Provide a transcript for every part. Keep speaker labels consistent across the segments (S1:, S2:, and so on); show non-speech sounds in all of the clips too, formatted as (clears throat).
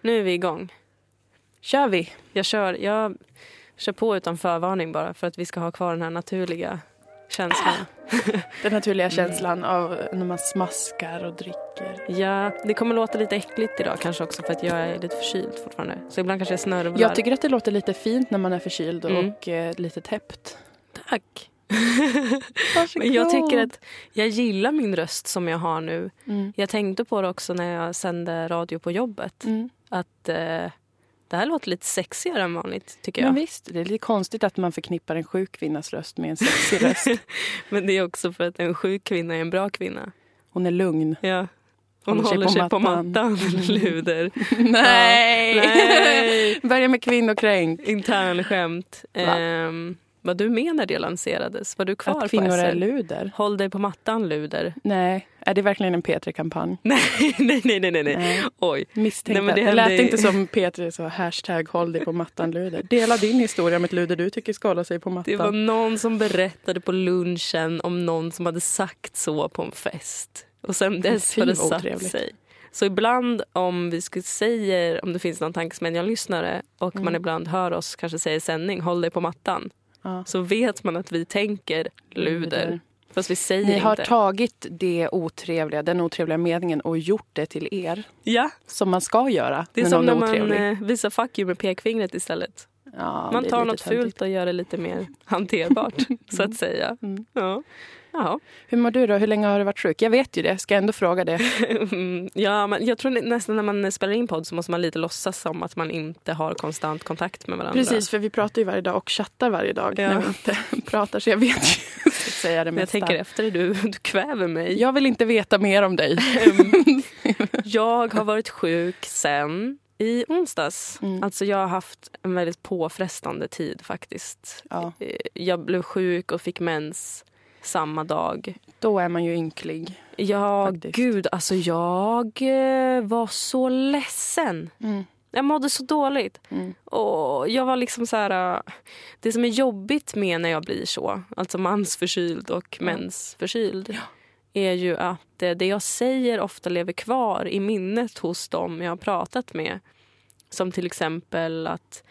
S1: Nu är vi igång.
S2: Kör vi?
S1: Jag kör, jag kör på utan förvarning bara för att vi ska ha kvar den här naturliga känslan.
S2: Den naturliga känslan av när man smaskar och dricker.
S1: Ja, det kommer låta lite äckligt idag kanske också för att jag är lite förkyld fortfarande. Så ibland kanske jag snörvlar.
S2: Jag tycker att det låter lite fint när man är förkyld
S1: Mm.
S2: och eh, lite täppt.
S1: Tack! Men jag tycker att jag gillar min röst som jag har nu.
S2: Mm.
S1: Jag tänkte på det också när jag sände radio på jobbet.
S2: Mm.
S1: Att eh, det här låter lite sexigare än vanligt tycker jag.
S2: Men visst, det är lite konstigt att man förknippar en sjuk kvinnas röst med
S1: (laughs)
S2: en sexig röst.
S1: Men det är också för att en sjuk kvinna är en bra kvinna.
S2: Hon är lugn.
S1: Ja. Hon håller sig på mattan, (laughs) luder. (laughs)
S2: Nej!
S1: Nej.
S2: Börja med kvinnokrang.
S1: Internskämt.
S2: Va?
S1: Ehm, vad du med när det lanserades? Var du kvar
S2: Att kvinnor
S1: på
S2: är
S1: SL?
S2: luder.
S1: Håll dig på mattan,
S2: (laughs)
S1: luder.
S2: Nej, är det verkligen en P3-kampanj?
S1: Nej, nej, nej, nej, nej.
S2: Nej.
S1: Oj.
S2: Misstänkte
S1: Nej, men det
S2: det, det lät
S1: hände-
S2: inte som P3 så hashtag håll dig på mattan luder. Dela din historia om ett luder du tycker ska hålla sig på mattan.
S1: Det var någon som berättade på lunchen om någon som hade sagt så på en fest. Och sen dess
S2: Fy,
S1: har det
S2: vad
S1: satt
S2: otrevligt.
S1: sig. Så ibland om vi skulle säga, om det finns någon tankesmedjan-lyssnare och
S2: Mm.
S1: man ibland hör oss kanske säga i sändning, håll dig på mattan.
S2: Ja.
S1: Så vet man att vi tänker luder.
S2: Luder.
S1: Fast vi säger
S2: Ni har
S1: inte.
S2: tagit det otrevliga, den otrevliga meningen och gjort det till er.
S1: ja,
S2: Som man ska göra
S1: det är
S2: när
S1: som när
S2: någon är
S1: man
S2: otrevlig.
S1: eh, visar fuck you med pekfingret istället.
S2: Ja,
S1: man
S2: det är
S1: tar
S2: lite
S1: något
S2: töntigt.
S1: fult och gör det lite mer
S2: (laughs)
S1: hanterbart, så att säga.
S2: Mm.
S1: Ja. Jaha.
S2: Hur mår du då? Hur länge har du varit sjuk? Jag vet ju det, ska jag ändå fråga det.
S1: Mm, ja, men jag tror nästan när man spelar in podd så måste man lite låtsas som att man inte har konstant kontakt med varandra.
S2: Precis, för vi pratar ju varje dag och chattar varje dag
S1: Ja.
S2: när vi inte (laughs) pratar. Så jag vet ju (laughs) så att säga det
S1: Men jag
S2: mesta.
S1: tänker efter det, du, (laughs) du kväver mig.
S2: jag vill inte veta mer
S1: (laughs)
S2: om dig.
S1: Jag har varit sjuk sen i onsdags.
S2: Mm.
S1: Alltså jag har haft en väldigt påfrestande tid faktiskt.
S2: Ja,
S1: Eh, Jag blev sjuk och fick mens samma dag.
S2: då är man ju ynklig.
S1: Ja,
S2: Faktiskt.
S1: gud. Alltså jag eh, var så ledsen.
S2: Mm.
S1: Jag mådde så dåligt.
S2: Mm.
S1: Och jag var liksom så här... äh, Det som är jobbigt med när jag blir så, alltså mansförkyld och mensförkyld är ju att eh, det jag säger ofta lever kvar i minnet hos dem jag har pratat med. Som till exempel att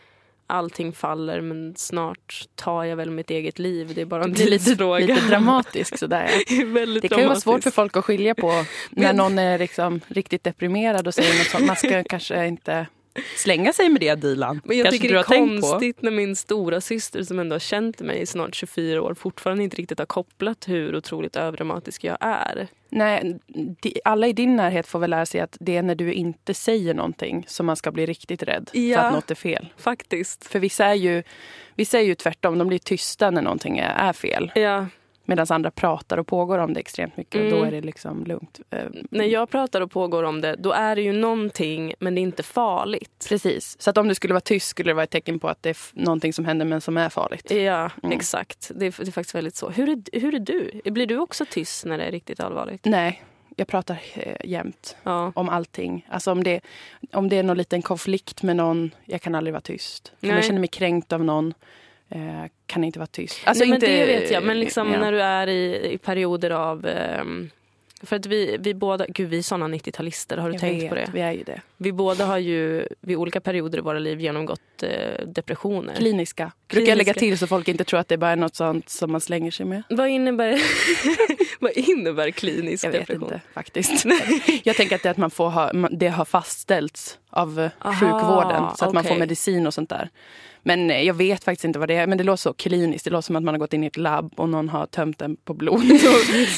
S1: allting faller men snart tar jag väl mitt eget liv. Det är bara en
S2: Det är lite,
S1: tidsfråga.
S2: lite dramatisk sådär. ja.
S1: (laughs) Det är väldigt
S2: Det kan ju vara svårt för
S1: dramatiskt.
S2: folk att
S1: (laughs)
S2: skilja på när någon är liksom riktigt deprimerad och säger något sånt. Man ska kanske inte slänga sig med det, Dilan.
S1: Men jag
S2: kanske
S1: tycker
S2: du
S1: det är
S2: har tänkt på.
S1: konstigt när min stora syster som ändå har känt mig i snart 24 år fortfarande inte riktigt har kopplat hur otroligt överdramatisk jag är.
S2: Nej, di- alla i din närhet får väl lära sig att det är när du inte säger någonting som man ska bli riktigt rädd
S1: Ja.
S2: för att något är fel.
S1: Faktiskt.
S2: För vissa är ju, vissa är ju tvärtom, de blir tysta när någonting är, är fel.
S1: Ja.
S2: Medan andra pratar och pågår om det extremt mycket
S1: Mm.
S2: och då är det liksom lugnt. Eh,
S1: När jag pratar och pågår om det, då är det ju någonting men det är inte farligt.
S2: Precis, så att om du skulle vara tyst skulle det vara ett tecken på att det är f- någonting som händer men som är farligt.
S1: Ja,
S2: Mm.
S1: exakt. Det är, det är faktiskt väldigt så. Hur är, hur är du? Blir du också tyst när det är riktigt allvarligt?
S2: Nej, jag pratar eh, jämt
S1: Ja.
S2: om allting. Alltså om det, om det är någon liten konflikt med någon, jag kan aldrig vara tyst. Om
S1: Nej.
S2: jag känner mig kränkt av någon, eh, kan inte vara tyst. Alltså
S1: Nej, men
S2: inte-
S1: det vet jag. Men liksom
S2: ja.
S1: när du är i, i perioder av... ehm, för att vi, vi båda... Gud, vi är såna 90-talister. Har du
S2: Jag
S1: tänkt
S2: vet,
S1: på det?
S2: Vi är ju det.
S1: Vi båda har ju vid olika perioder i våra liv genomgått eh, depressioner.
S2: Kliniska. Brukar jag lägga
S1: Kliniska.
S2: till så folk inte tror att det bara är något sånt som man slänger sig med.
S1: vad, innebär, (laughs) vad innebär klinisk
S2: Jag vet
S1: depression? (laughs)
S2: inte faktiskt. jag tänker att det är att man får ha, man- det har fastställts av eh,
S1: Aha,
S2: sjukvården så att man får
S1: okej.
S2: medicin och sånt där. Men eh, jag vet faktiskt inte vad det är. Men det låter så kliniskt. Det låter som att man har gått in i ett labb och någon har tömt en på blod
S1: (laughs)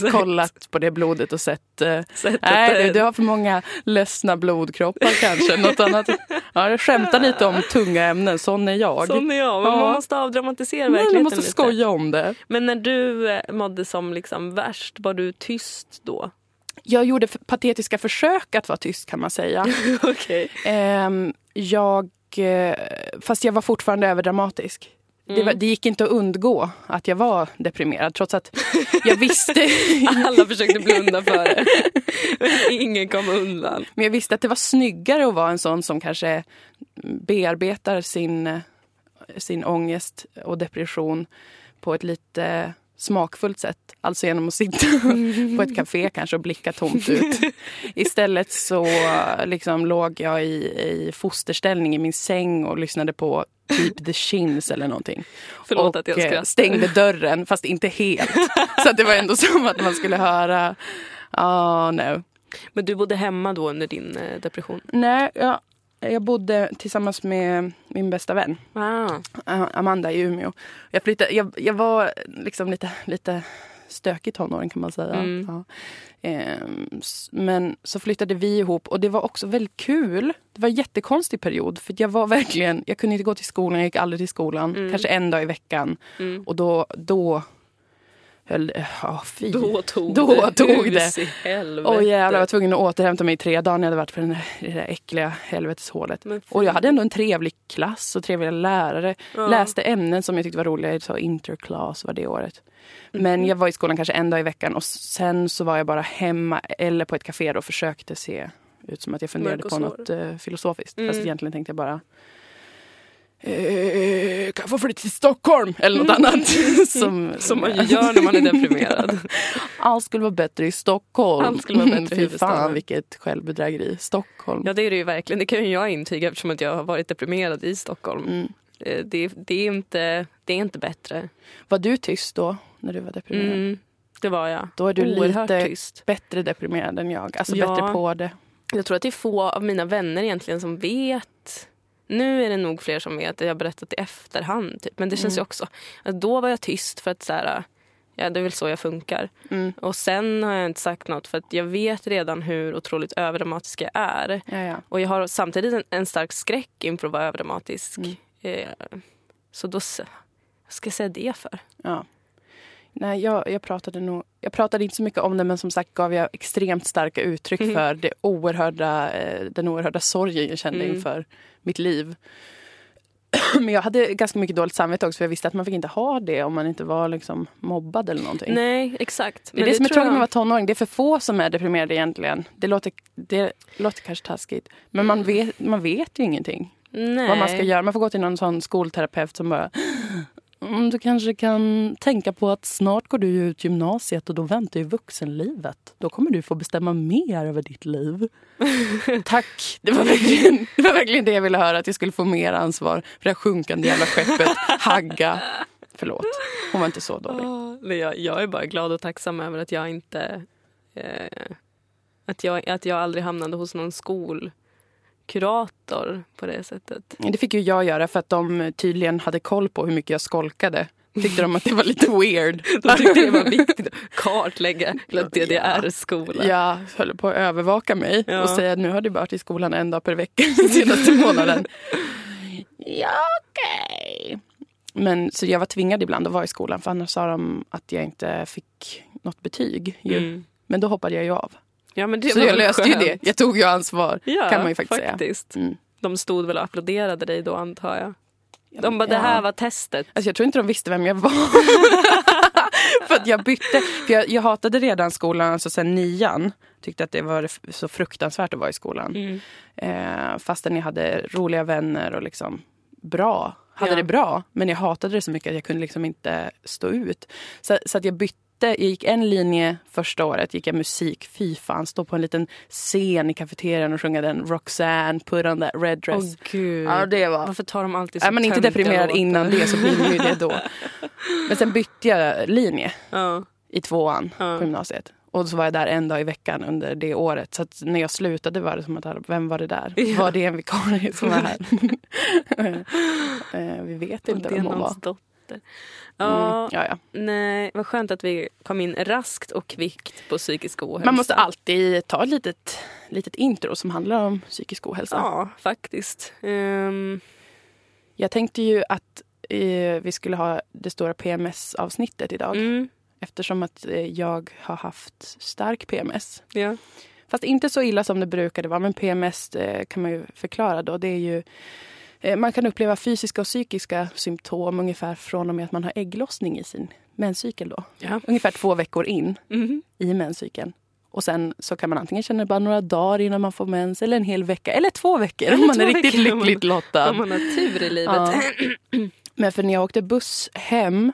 S2: och kollat på det blodet och sett eh,
S1: Sättet
S2: Nej, du,
S1: är-
S2: du har för många ledsna blodkroppar kanske. Något annat. Ja, jag skämtar lite om tunga ämnen, sån är jag.
S1: Sån är jag. Men man
S2: Ja.
S1: måste avdramatisera
S2: Nej,
S1: verkligheten
S2: du måste
S1: lite.
S2: skoja om det.
S1: Men när du eh, mådde som liksom värst, var du tyst då?
S2: Jag gjorde f- patetiska försök att vara tyst kan
S1: (laughs)
S2: man säga.
S1: (laughs) Okej.
S2: Ehm, jag, eh, fast jag var fortfarande överdramatisk. Det, var, det gick inte att undgå att jag var deprimerad trots att jag visste,
S1: Alla försökte blunda för det. (laughs) Men ingen kom undan.
S2: men jag visste att det var snyggare att vara en sån som kanske bearbetar sin, sin ångest och depression på ett lite smakfullt sätt. Alltså genom att sitta (laughs) på ett café kanske och blicka
S1: (laughs)
S2: tomt ut. Istället så liksom låg jag i, i fosterställning i min säng och lyssnade på typ The Shins eller någonting.
S1: Förlåt
S2: och
S1: att jag
S2: eh,
S1: skrattar.
S2: stängde dörren, fast inte helt. Så att det var ändå som att man skulle höra... ah no.
S1: Men du bodde hemma då under din eh, depression?
S2: Nej, jag, jag bodde tillsammans med min bästa vän.
S1: Ah.
S2: Eh, Amanda i Umeå. Jag, flyttade, jag, jag var liksom lite, lite stökig tonåring kan man säga.
S1: Mm.
S2: Ja. Ehm, s- men så flyttade vi ihop och det var också väldigt kul. Det var en jättekonstig period för jag var verkligen, jag kunde inte gå till skolan, jag gick aldrig till skolan.
S1: Mm.
S2: Kanske en dag i veckan.
S1: Mm.
S2: Och då, då höll, ja fy.
S1: Då tog
S2: Då
S1: det
S2: tog
S1: hus
S2: det.
S1: i helvete.
S2: Åh jävlar, jag var tvungen att återhämta mig i tre dagar när jag hade varit på den där, det där äckliga helveteshålet.
S1: Men
S2: Och jag hade ändå en trevlig klass och trevliga lärare.
S1: Ja.
S2: Läste ämnen som jag tyckte var roliga. Så interclass var det året.
S1: Mm.
S2: Men jag var i skolan kanske en dag i veckan och sen så var jag bara hemma eller på ett café och försökte se ut som att jag funderade
S1: Mörk och
S2: på
S1: svår.
S2: något eh, filosofiskt. Fast
S1: Mm.
S2: egentligen tänkte jag bara eh, kan jag få flytta till Stockholm eller något annat. (laughs) som,
S1: Mm. (laughs) Som man ju gör när man
S2: (laughs)
S1: är deprimerad.
S2: Allt skulle vara bättre i Stockholm.
S1: Allt skulle vara bättre i
S2: (laughs) Fy
S1: huvudstaden.
S2: fan vilket självbedrägeri. Stockholm.
S1: Ja det är det ju verkligen. Det kan ju jag intyga eftersom att jag har varit deprimerad i Stockholm.
S2: Mm.
S1: Eh, Det, det, är, inte, det är inte bättre.
S2: Var du tyst då när du var deprimerad?
S1: Mm. Det var jag.
S2: Då är du
S1: Oerhört
S2: lite
S1: tyst.
S2: bättre deprimerad än jag. Alltså
S1: Ja.
S2: bättre på det.
S1: Jag tror att det är få av mina vänner egentligen som vet. Nu är det nog fler som vet. Jag har berättat i efterhand. Typ. Men det
S2: Mm.
S1: känns ju också... Att då var jag tyst för att så här, ja, det är väl så jag funkar.
S2: Mm.
S1: Och sen har jag inte sagt något för att jag vet redan hur otroligt överdramatisk jag är.
S2: Ja, ja.
S1: Och jag har samtidigt en, en stark skräck inför att vara överdramatisk.
S2: Mm.
S1: Eh, så då... s- Vad ska jag säga det för?
S2: ja. Nej, jag, jag, pratade nog, jag pratade inte så mycket om det men som sagt gav jag extremt starka uttryck
S1: Mm.
S2: för det oerhörda, eh, den oerhörda sorgen jag kände
S1: Mm.
S2: inför mitt liv. (clears throat) Men jag hade ganska mycket dåligt samvete också för jag visste att man fick inte ha det om man inte var liksom mobbad eller någonting.
S1: Nej, exakt.
S2: Det är det, som är
S1: tror
S2: tråkigt med
S1: jag-
S2: att vara tonåring. Det är för få som är deprimerade egentligen. Det låter, det låter kanske taskigt. Men man vet, man vet ju ingenting.
S1: Nej.
S2: vad man ska göra. Man får gå till någon sån skolterapeut som bara... Mm, du kanske kan tänka på att snart går du ju ut gymnasiet och då väntar ju vuxenlivet. Då kommer du få bestämma mer över ditt (laughs) liv. Tack! Det var, verkligen, (laughs) det var verkligen det jag ville höra, att jag skulle få mer ansvar för det här sjunkande jävla skeppet Hagga. Förlåt, hon var inte så dålig.
S1: Ja, men jag, jag är bara glad och tacksam över att jag inte... Eh, att, jag, att jag aldrig hamnade hos någon skolkurator på det
S2: (laughs)
S1: sättet.
S2: Det fick ju jag göra för att de tydligen hade koll på hur mycket jag skolkade. Tyckte de att det var
S1: (laughs)
S2: lite weird.
S1: De tyckte
S2: (laughs)
S1: det var viktigt att kartlägga
S2: Ja.
S1: DDR-skolan.
S2: Ja, höll på att övervaka mig
S1: Ja.
S2: och säga att nu har du varit i skolan en dag per vecka den senaste
S1: (laughs)
S2: månaden. ja, okej. Men så jag var tvingad ibland att vara i skolan för annars sa de att jag inte fick något betyg. Ju.
S1: Mm.
S2: Men då hoppade jag ju av.
S1: Ja, men det
S2: så
S1: var
S2: jag
S1: väl
S2: löste
S1: skönt.
S2: ju det. Jag tog ju ansvar
S1: Ja,
S2: kan man ju faktiskt, säga. Mm.
S1: De stod väl och applåderade dig då, antar jag. De bara, det här
S2: Ja.
S1: var testet.
S2: Alltså jag tror inte de visste vem jag var. för att jag bytte. För jag, jag hatade redan skolan, alltså sen nian. Tyckte att det var f- så fruktansvärt att vara i skolan.
S1: Mm.
S2: Eh, fastän jag hade roliga vänner och liksom bra. Hade
S1: Ja.
S2: det bra, men jag hatade det så mycket att jag kunde liksom inte stå ut. Så, så att jag bytte. Jag gick en linje första året, gick jag musik. Fy fan, stå på en liten scen i kafeterian och sjunga den Roxanne, put on that red dress.
S1: Åh, gud.
S2: ja, det var
S1: Varför tar de alltid så
S2: är man inte
S1: töntiga
S2: deprimerad
S1: låtar?
S2: innan det så blir man ju det
S1: (laughs)
S2: då. Men sen bytte jag linje
S1: Ja.
S2: i tvåan
S1: Ja.
S2: på gymnasiet. Och så var jag där en dag i veckan under det året. Så att när jag slutade var det som att, vem var det där?
S1: Ja.
S2: Var det en vikarie som
S1: (laughs)
S2: var här? (laughs) Eh, Vi vet
S1: Och
S2: inte
S1: det är
S2: vem hon var.
S1: någons dotter. Ja,
S2: Mm. Ja, ja.
S1: Nej, vad skönt att vi kom in raskt och kvickt på psykisk ohälsa.
S2: Man måste alltid ta ett litet, litet intro som handlar om psykisk ohälsa.
S1: Ja, faktiskt. Ehm,
S2: Jag tänkte ju att eh, vi skulle ha det stora PMS-avsnittet idag.
S1: mm,
S2: Eftersom att eh, jag har haft stark PMS.
S1: ja.
S2: Fast inte så illa som det brukade vara. Men PMS eh, kan man ju förklara då. Det är ju, eh, man kan uppleva fysiska och psykiska symptom ungefär från och med att man har ägglossning i sin menscykel. Då.
S1: Ja.
S2: Ungefär två veckor in
S1: Mhm.
S2: i menscykeln. Och sen så kan man antingen känna det bara några dagar innan man får mens eller en hel vecka eller två veckor om
S1: (laughs)
S2: man
S1: två
S2: är riktigt
S1: veckor om man-
S2: lyckligt lottad.
S1: Om man har
S2: (clears throat)
S1: tur i livet.
S2: Ja. Men för när jag åkte buss hem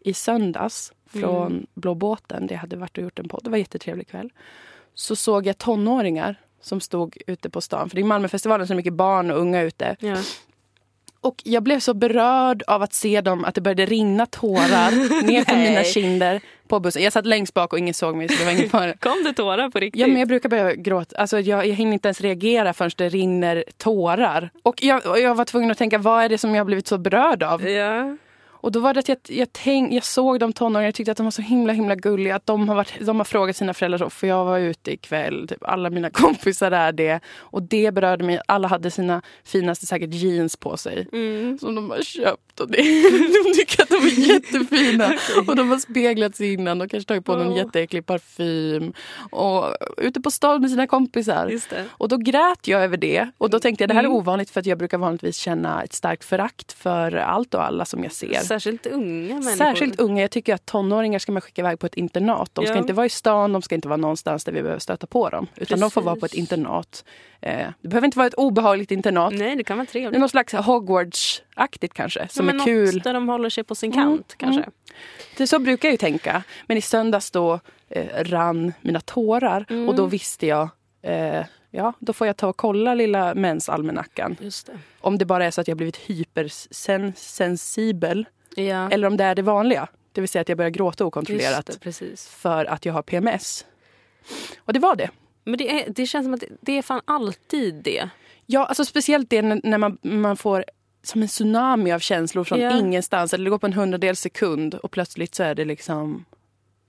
S2: i söndags från
S1: Mm.
S2: Blå båten där jag hade varit och gjort en podd. Det var en jättetrevlig kväll. Så såg jag tonåringar som stod ute på stan. För det är Malmöfestivalen så är det mycket barn och unga ute.
S1: Ja.
S2: Och jag blev så berörd av att se dem att det började
S1: (laughs)
S2: rinna tårar ner från
S1: Nej.
S2: mina kinder på bussen. Jag satt längst bak och ingen såg mig så det var ingen fara.
S1: Kom det tårar på riktigt?
S2: Ja, men jag brukar börja gråta. Alltså, jag, jag hinner inte ens reagera förrän det rinner tårar. Och jag, och jag var tvungen att tänka, vad är det som jag har blivit så berörd av?
S1: Ja.
S2: Och då var det att jag, jag, tänk, jag såg de tonåringarna och tyckte att de var så himla himla gulliga. Att de, har varit, de har frågat sina föräldrar, så, får jag vara ute ikväll? Typ, alla mina (laughs) kompisar är det. Och det berörde mig. Alla hade sina finaste säkert jeans på sig.
S1: Mm.
S2: Som de har köpt. Och det, (laughs) de tycker att de
S1: (laughs)
S2: är jättefina. Och de har speglat sig innan. De kanske tagit på någon
S1: Åh.
S2: jätteäcklig parfym. Och ute på stan med sina kompisar.
S1: Just det.
S2: Och då grät jag över det. Och då tänkte jag det här är
S1: Mm.
S2: ovanligt för att jag brukar vanligtvis känna ett starkt förakt för allt och alla som jag ser.
S1: Särskilt unga människor.
S2: Särskilt unga. Jag tycker att tonåringar ska man skicka iväg på ett internat. De ska
S1: Ja.
S2: inte vara i stan, de ska inte vara någonstans där vi behöver stöta på dem. Utan de får vara på ett
S1: Precis.
S2: internat. Eh, det behöver inte vara ett obehagligt internat.
S1: Nej, det kan vara trevligt.
S2: Det är någon slags Hogwarts-aktigt kanske, som
S1: men
S2: är kul.
S1: Något där de håller sig på sin
S2: Mm,
S1: kant kanske.
S2: Det, så brukar jag ju tänka. Men i söndags då eh, rann mina tårar
S1: Mm.
S2: och då visste jag eh, Ja, då får jag ta och kolla lilla mensalmanackan.
S1: Just det.
S2: Om det bara är så att jag blivit hypersensibel
S1: Ja.
S2: eller om det är det vanliga. Det vill säga att jag börjar gråta okontrollerat
S1: Just det, precis.
S2: för att jag har PMS. Och det var det.
S1: Men det, är, det känns som att det, det är fan alltid det.
S2: Ja, alltså speciellt det när när man, man får som en tsunami av känslor från
S1: Ja.
S2: ingenstans. Eller det går på en hundradel sekund och plötsligt så är det liksom...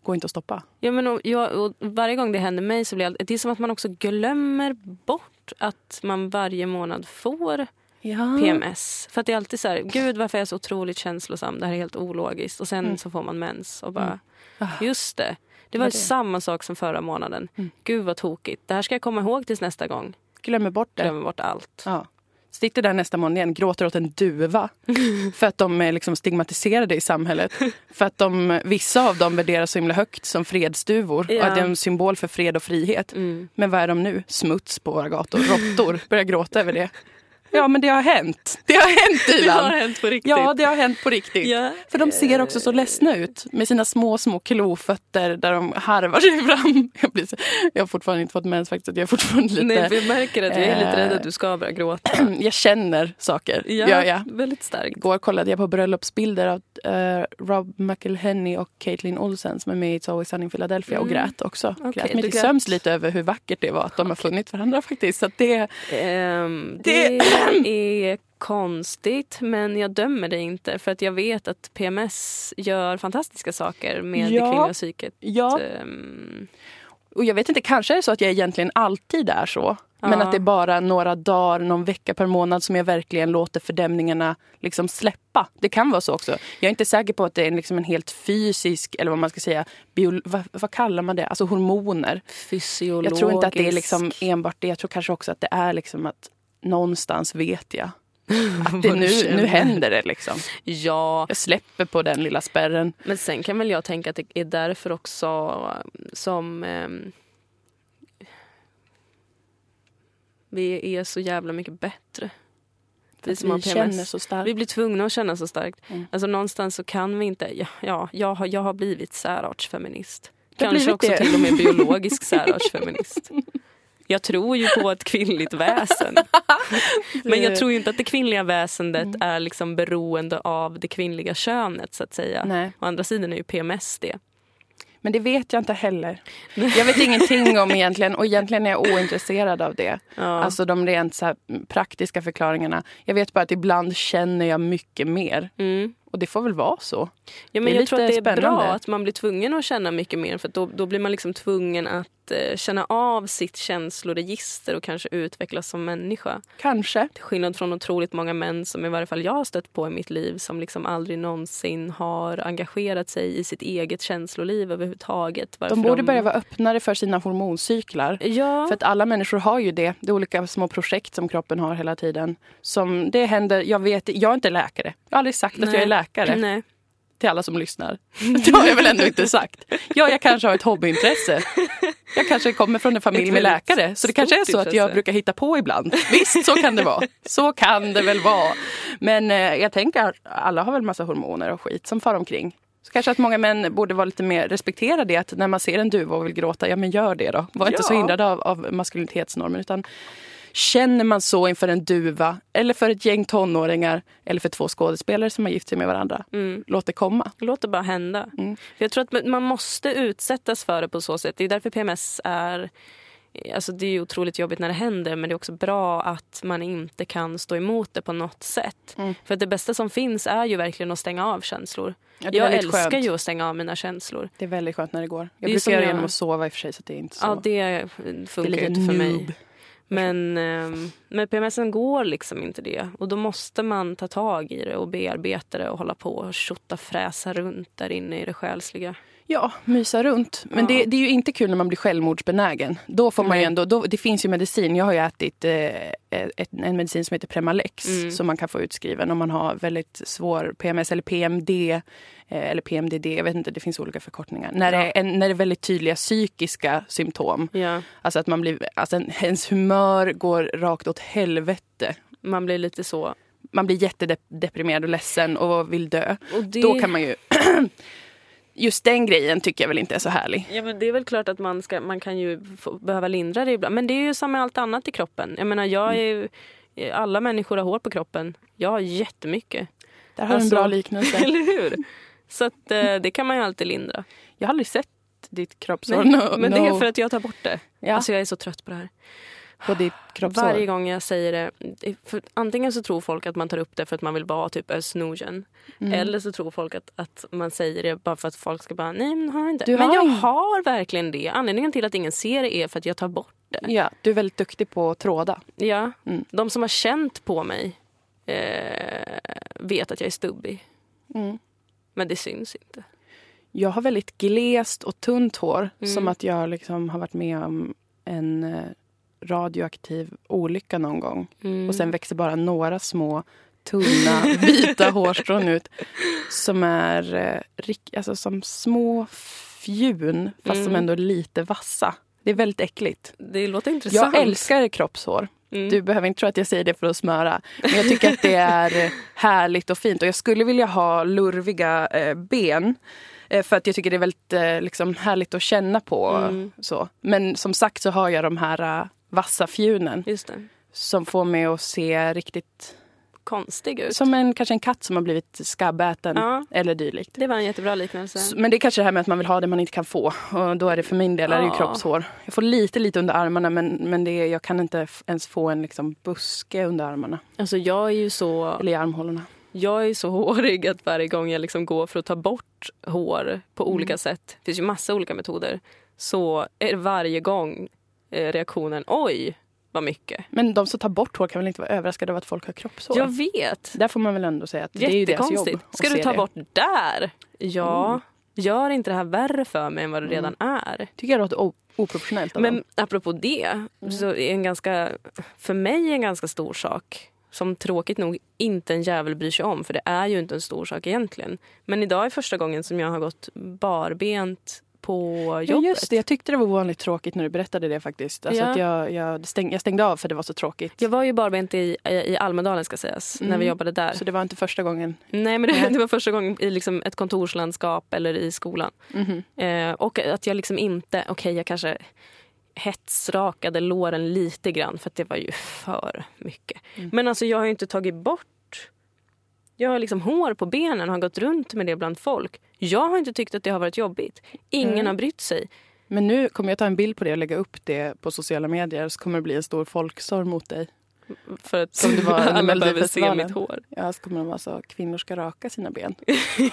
S2: Går inte att stoppa.
S1: Ja, men och, jag, och varje gång det händer mig så blir jag, det är som att man också glömmer bort att man varje månad får
S2: Ja.
S1: PMS. För att det är alltid så här, gud varför är jag så otroligt känslosam, det här är helt ologiskt. Och sen
S2: Mm.
S1: så får man mens och bara,
S2: Mm. Ah.
S1: just det. Det
S2: Vad
S1: var ju
S2: det är.
S1: samma sak som förra månaden.
S2: Mm.
S1: Gud vad tokigt, det här ska jag komma ihåg tills nästa gång.
S2: Glömmer bort det.
S1: Glömmer bort allt.
S2: Ja. Sitter där nästa månad igen, gråter åt en duva för att de är liksom stigmatiserade i samhället. För att de, vissa av dem värderas så himla högt som fredsduvor och att det är en symbol för fred och frihet.
S1: Mm.
S2: Men vad är de nu? Smuts på våra gator, råttor. Börjar gråta över det. Ja, men det har hänt. Det har hänt,
S1: Det har
S2: Dilan.
S1: hänt på riktigt.
S2: Ja, det har hänt på riktigt.
S1: Ja.
S2: För de ser också så ledsna ut med sina små, små klofötter där de harvar sig fram. Jag, blir så, jag har fortfarande inte fått mens faktiskt. Jag är fortfarande lite...
S1: Nej, jag märker att jag är lite
S2: Eh.
S1: rädd att du ska börja gråta.
S2: Jag känner saker.
S1: Ja,
S2: Gör jag.
S1: Väldigt starkt.
S2: Igår kollade jag på bröllopsbilder av eh, Rob McElhenney och Caitlyn Olsen som är med i It's Always Sunny in Philadelphia och
S1: Mm.
S2: grät också.
S1: Okej,
S2: grät mig
S1: du
S2: till
S1: grät.
S2: sömns lite över hur vackert det var att de har funnit varandra faktiskt. Så att det,
S1: Ehm, det är konstigt, men jag dömer dig inte. För att jag vet att PMS gör fantastiska saker med
S2: Ja.
S1: det kvinnliga psyket.
S2: ja.
S1: Ehm,
S2: Och jag vet inte, kanske är det så att jag egentligen alltid är så. Men
S1: Ja.
S2: att det är bara några dagar, någon vecka per månad som jag verkligen låter fördämningarna liksom släppa. Det kan vara så också. Jag är inte säker på att det är liksom en helt fysisk, eller vad man ska säga, bio, vad, vad kallar man det? Alltså hormoner.
S1: fysiologisk.
S2: Jag tror inte att det är liksom enbart det. Jag tror kanske också att det är liksom att någonstans vet jag. Att
S1: Mm, Vad
S2: det
S1: du
S2: nu, nu
S1: känner.
S2: händer det liksom.
S1: Ja,
S2: Jag släpper på den lilla spärren.
S1: men sen kan väl jag tänka att det är därför också som ehm, vi är så jävla mycket bättre. Vi som har
S2: vi känner
S1: PMS.
S2: så starkt.
S1: Vi blir tvungna att känna så starkt.
S2: Mm.
S1: Alltså någonstans så kan vi inte... Ja, ja jag, har, jag har blivit särartsfeminist.
S2: Du har
S1: Kanske
S2: blivit
S1: också
S2: det.
S1: till och
S2: (laughs)
S1: med biologisk särartsfeminist. Jag tror ju på ett kvinnligt
S2: (laughs)
S1: väsen. Men jag tror ju inte att det kvinnliga väsendet
S2: Mm.
S1: är liksom beroende av det kvinnliga könet. så att säga.
S2: Nej.
S1: Å andra sidan är ju PMS det.
S2: Men det vet jag inte heller. Jag vet ingenting om egentligen och egentligen är jag ointresserad av det.
S1: Ja.
S2: Alltså de rent så här praktiska förklaringarna. Jag vet bara att ibland känner jag mycket mer.
S1: Mm.
S2: Och det får väl vara så.
S1: Ja,
S2: Det
S1: men
S2: är
S1: jag tror att det
S2: lite
S1: är bra
S2: spännande.
S1: att man blir tvungen att känna mycket mer för att då, då blir man liksom tvungen att eh, känna av sitt känsloregister och kanske utvecklas som människa.
S2: Kanske.
S1: Till skillnad från otroligt många män som i varje fall jag har stött på i mitt liv som liksom aldrig någonsin har engagerat sig i sitt eget känsloliv överhuvudtaget. Varför
S2: De borde börja vara öppnare för sina hormoncyklar.
S1: Ja,
S2: För att alla människor har ju det. Det är olika små projekt som kroppen har hela tiden. Som det händer, jag vet, jag är inte läkare. Jag har aldrig sagt att
S1: Nej.
S2: jag är läkare
S1: nej.
S2: till alla som lyssnar. (laughs) Det har jag väl ändå inte sagt. Ja, jag kanske har ett hobbyintresse. Jag kanske kommer från en familj
S1: Ett
S2: med
S1: väldigt
S2: läkare. Så det kanske är
S1: stort
S2: så att jag
S1: intresse.
S2: brukar hitta på ibland. Visst, så kan det vara. Så kan det väl vara. Men eh, jag tänker, alla har väl massa hormoner och skit som far omkring. Så kanske att många män borde vara lite mer respektera det. Att när man ser en duva och vill gråta, ja men gör det då. Var inte så
S1: Ja.
S2: hindrad av, av maskulinitetsnormen. Utan känner man så inför en duva, eller för ett gäng tonåringar eller för två skådespelare som har gift sig med varandra,
S1: Mm.
S2: låt det komma.
S1: Låt det bara hända.
S2: Mm.
S1: För jag tror att man måste utsättas för det på så sätt. Det är därför PMS är... Alltså det är ju otroligt jobbigt när det händer men det är också bra att man inte kan stå emot det på något sätt.
S2: Mm.
S1: För att det bästa som finns är ju verkligen att stänga av känslor.
S2: Ja, det är
S1: Jag
S2: väldigt
S1: älskar
S2: skönt.
S1: ju att stänga av mina känslor.
S2: Det är väldigt skönt när det går.
S1: Det
S2: Jag
S1: är
S2: brukar
S1: som
S2: göra
S1: jag-
S2: genom att sova i och för sig så det är inte så.
S1: Ja, det
S2: Det är
S1: funkar ju inte för mig. Men eh, med PMSen går liksom inte det. Och Då måste man ta tag i det och bearbeta det och hålla på och tjotta fräsa runt där inne i det själsliga.
S2: Ja, mysa runt. Men
S1: Ja.
S2: det, det är ju inte kul när man blir självmordsbenägen. Då får man ju
S1: Nej.
S2: ändå, då, det finns ju medicin. Jag har ju ätit eh, ett, en medicin som heter Premalex
S1: Mm.
S2: som man kan få utskriven om man har väldigt svår PMS eller PMD. Eh, eller PMDD, jag vet inte, det finns olika förkortningar. När, det,
S1: Ja.
S2: är en, när det är väldigt tydliga psykiska symptom.
S1: Ja,
S2: Alltså att man blir, alltså en, ens humör går rakt åt helvete.
S1: man blir lite så...
S2: Man blir jättedeprimerad och ledsen och vill dö.
S1: Och det,
S2: Då kan man ju... (clears throat) Just den grejen tycker jag väl inte är så härlig.
S1: ja, men det är väl klart att man, ska, man kan ju få, behöva lindra det ibland. Men det är ju som med allt annat i kroppen. Jag menar, jag
S2: Mm.
S1: är ju, alla människor har hår på kroppen. Jag har
S2: (laughs)
S1: jättemycket.
S2: Där har
S1: Alltså-
S2: du en bra
S1: (laughs)
S2: liknelse.
S1: Eller hur? Så att, eh, det kan man ju alltid lindra.
S2: Jag har aldrig sett ditt kroppsår.
S1: Nej,
S2: no,
S1: men
S2: no.
S1: det är för att jag tar bort det.
S2: ja,
S1: Alltså, jag är så trött på det här.
S2: på ditt kroppsår.
S1: Varje gång jag säger det... För antingen så tror folk att man tar upp det för att man vill vara typ Özz Nujen.
S2: Mm.
S1: Eller så tror folk att, att man säger det bara för att folk ska bara nej men har jag inte.
S2: Du
S1: men
S2: har
S1: jag
S2: ju-
S1: har verkligen det. Anledningen till att ingen ser det är för att jag tar bort det.
S2: Ja, du är väldigt duktig på att tråda.
S1: Ja.
S2: Mm.
S1: De som har känt på mig eh, vet att jag är stubbig. Mm. Men det syns inte.
S2: Jag har väldigt glest och tunt hår.
S1: Mm.
S2: Som att jag liksom har varit med om en eh, radioaktiv olycka någon gång. Och
S1: Mm.
S2: sen växer bara några små tunna (laughs) vita hårstrån ut. Som är eh, rik- alltså, som små fjun, fast som
S1: Mm.
S2: ändå är lite vassa. Det är väldigt äckligt.
S1: det låter intressant.
S2: Jag älskar kroppshår.
S1: Mm.
S2: Du behöver inte tro att jag säger det för att smöra. Men jag tycker att det är härligt och fint. Och jag skulle vilja ha lurviga eh, ben. eh, För att jag tycker det är väldigt eh, liksom, härligt att känna på.
S1: Mm.
S2: Så. Men som sagt så har jag de här eh, vassa fjunen.
S1: Just det.
S2: Som får mig att se riktigt...
S1: Konstig ut.
S2: Som en, kanske en katt som har blivit skabbäten.
S1: Ja,
S2: Eller dylikt.
S1: det var en jättebra liknelse.
S2: S- Men det är kanske det här med att man vill ha det man inte kan få. Och då är det för min del är det ju
S1: Ja.
S2: kroppshår. Jag får lite, lite under armarna men, men det är, jag kan inte f- ens få en liksom, buske under armarna.
S1: Alltså jag är ju så
S2: Eller i armhålorna.
S1: Jag är så (laughs) hårig att varje gång jag liksom går för att ta bort hår på
S2: Mm.
S1: olika sätt, det finns ju massa olika metoder, så är varje gång eh, reaktionen oj vad mycket.
S2: Men de som tar bort hår kan väl inte vara överraskade av att folk har kroppshår?
S1: Jag vet!
S2: Där får man väl ändå säga att det är ju deras jobb.
S1: Jättekonstigt.
S2: att
S1: Ska du
S2: se
S1: ta
S2: det. Mm.
S1: bort där? Ja. Gör inte det här värre för mig än vad det redan är.
S2: Tycker jag låter o- oproportionellt av dem.
S1: Men apropå det,
S2: Mm.
S1: så är en ganska, för mig en ganska stor sak som tråkigt nog inte en jävel bryr sig om, för det är ju inte en stor sak egentligen. Men idag är första gången som jag har gått barbent på jobbet.
S2: Ja, just det. Jag tyckte det var ovanligt tråkigt när du berättade det faktiskt. Alltså
S1: Ja.
S2: att jag, jag, stäng, jag stängde av för det var så tråkigt.
S1: Jag var ju barbent i, i Almedalen ska sägas, när vi
S2: Mm.
S1: jobbade där.
S2: Så det var inte första gången.
S1: Nej men det,
S2: Nej.
S1: det var första gången i liksom ett kontorslandskap eller i skolan.
S2: Mhm.
S1: Eh, och att jag liksom inte, okej jag kanske hetsrakade låren lite grann för att det var ju för mycket.
S2: Mm.
S1: Men alltså jag har ju inte tagit bort, jag har liksom hår på benen och har gått runt med det bland folk. Jag har inte tyckt att det har varit jobbigt. Ingen
S2: Mm.
S1: har brytt sig.
S2: Men nu kommer jag ta en bild på det och lägga upp det på sociala medier så kommer det bli en stor folkstorm mot dig.
S1: För att
S2: Som
S1: (laughs)
S2: det var
S1: alla
S2: under
S1: behöver se
S2: Melodifestivalen.
S1: mitt hår.
S2: Ja, så kommer de vara så kvinnor ska raka sina (laughs) ben.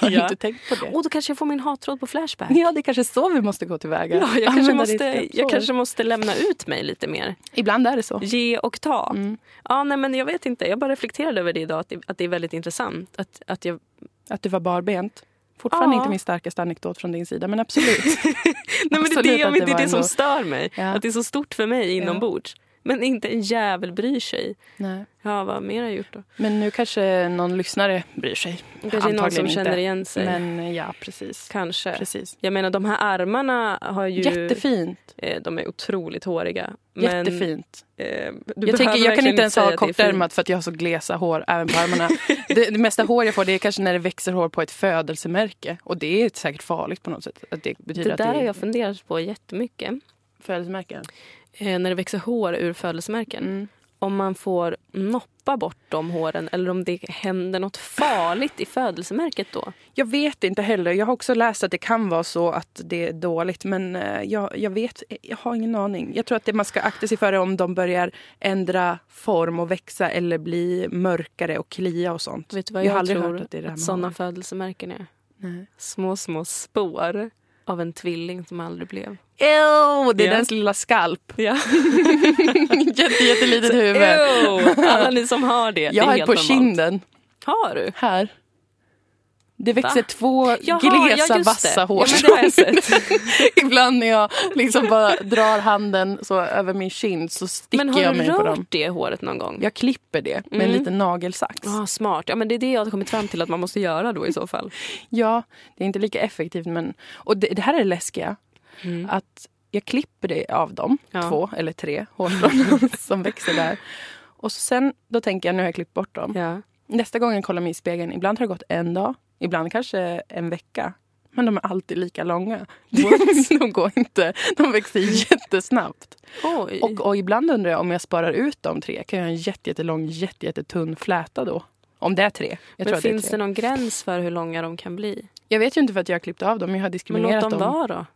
S2: Har du
S1: Ja.
S2: inte tänkt på det?
S1: Och då kanske jag får min hattråd på Flashback.
S2: Ja, det är kanske så vi måste gå tillväga.
S1: Ja, jag, kanske
S2: Använda ditt
S1: måste, jag
S2: kroppshår.
S1: kanske måste lämna ut mig lite mer.
S2: Ibland är det så.
S1: Ge och ta.
S2: Mm.
S1: Ja, nej, men jag vet inte. Jag bara reflekterade över det idag, att det, att det är väldigt intressant. Att, att jag,
S2: Att du var barbent. Fortfarande
S1: Ja.
S2: inte min starkaste anekdot från din sida,
S1: (laughs)
S2: men absolut.
S1: nej, men det är
S2: Absolut
S1: det,
S2: att
S1: jag-
S2: det
S1: det, är
S2: var
S1: det
S2: ändå-
S1: som stör mig.
S2: Ja.
S1: Att det är så stort för mig inombords. Men inte en jävel bryr sig.
S2: Nej.
S1: Ja, vad mer har jag gjort då?
S2: Men nu kanske någon lyssnare bryr sig.
S1: Kanske någon som
S2: Antagligen
S1: känner
S2: inte.
S1: igen sig.
S2: Men ja, precis.
S1: Kanske.
S2: precis.
S1: Jag menar, de här armarna har ju...
S2: Jättefint.
S1: Eh, de är otroligt håriga. Men,
S2: Jättefint.
S1: Eh, du
S2: Jag, tänker,
S1: behöver
S2: jag kan
S1: verkligen
S2: inte ens
S1: säga
S2: ha
S1: att det är fint.
S2: kortärmat för att jag har så glesa hår även på armarna. det, det mesta hår jag får det är kanske när det växer hår på ett födelsemärke. Och det är säkert farligt på något sätt. Att det betyder
S1: Det
S2: att
S1: där
S2: det
S1: har
S2: är
S1: jag funderat på jättemycket.
S2: födelsemärken.
S1: Eh, när det växer hår ur födelsemärken.
S2: Mm.
S1: Om man får noppa bort de håren eller om det händer något farligt i födelsemärket då.
S2: Jag vet inte heller. Jag har också läst att det kan vara så att det är dåligt. Men eh, jag, jag vet, jag har ingen aning. Jag tror att det man ska akta sig för är om de börjar ändra form och växa eller bli mörkare och klia och sånt.
S1: Vet du vad
S2: Jag
S1: jag,
S2: har aldrig
S1: tror
S2: hört att det är det här med
S1: sådana
S2: hår.
S1: födelsemärken är?
S2: Nej.
S1: Små, små spår av en tvilling som aldrig blev.
S2: Ew, det är
S1: Ja.
S2: dens lilla skalp.
S1: (laughs) Ja.
S2: (laughs) Jätte, jättelitet huvud.
S1: Alla ni som har det. det
S2: Jag
S1: är
S2: har
S1: helt
S2: på
S1: normalt.
S2: kinden.
S1: Har du?
S2: Här. Det växer två
S1: Jaha,
S2: glesa,
S1: ja, just det.
S2: vassa
S1: Ja, men det
S2: hårstrån.
S1: har jag
S2: (laughs)
S1: sett.
S2: Ibland när jag liksom bara drar handen så över min kind så sticker
S1: Men har
S2: jag
S1: du
S2: mig på
S1: rört
S2: dem.
S1: det håret någon gång?
S2: Jag klipper det med en
S1: Mm.
S2: liten nagelsax.
S1: Ah, smart. Ja, men det är det jag har kommit fram till att man måste göra då i så fall.
S2: Ja, det är inte lika effektivt. Men, och det, det här är det läskiga.
S1: Mm.
S2: Att jag klipper det av dem,
S1: Ja.
S2: två eller tre hårstrån (laughs) som växer där. Och så sen då tänker jag nu har jag klippt bort dem.
S1: Ja.
S2: Nästa gång jag kollar mig i spegeln, ibland har det gått en dag, ibland kanske en vecka. Men de är alltid lika långa. (laughs) de går inte. De växer jättesnabbt.
S1: Oj.
S2: Och, och ibland undrar jag om jag sparar ut de tre, kan jag ha en jätte- jättelång, jätte- jättetunn fläta då? Om det är tre. Jag, tror
S1: men
S2: att det är
S1: finns det
S2: tre.
S1: någon gräns för hur långa de kan bli?
S2: jag vet ju inte för att jag har klippt av dem, jag har
S1: Men
S2: diskriminerat
S1: låt dem
S2: dem.
S1: vara då.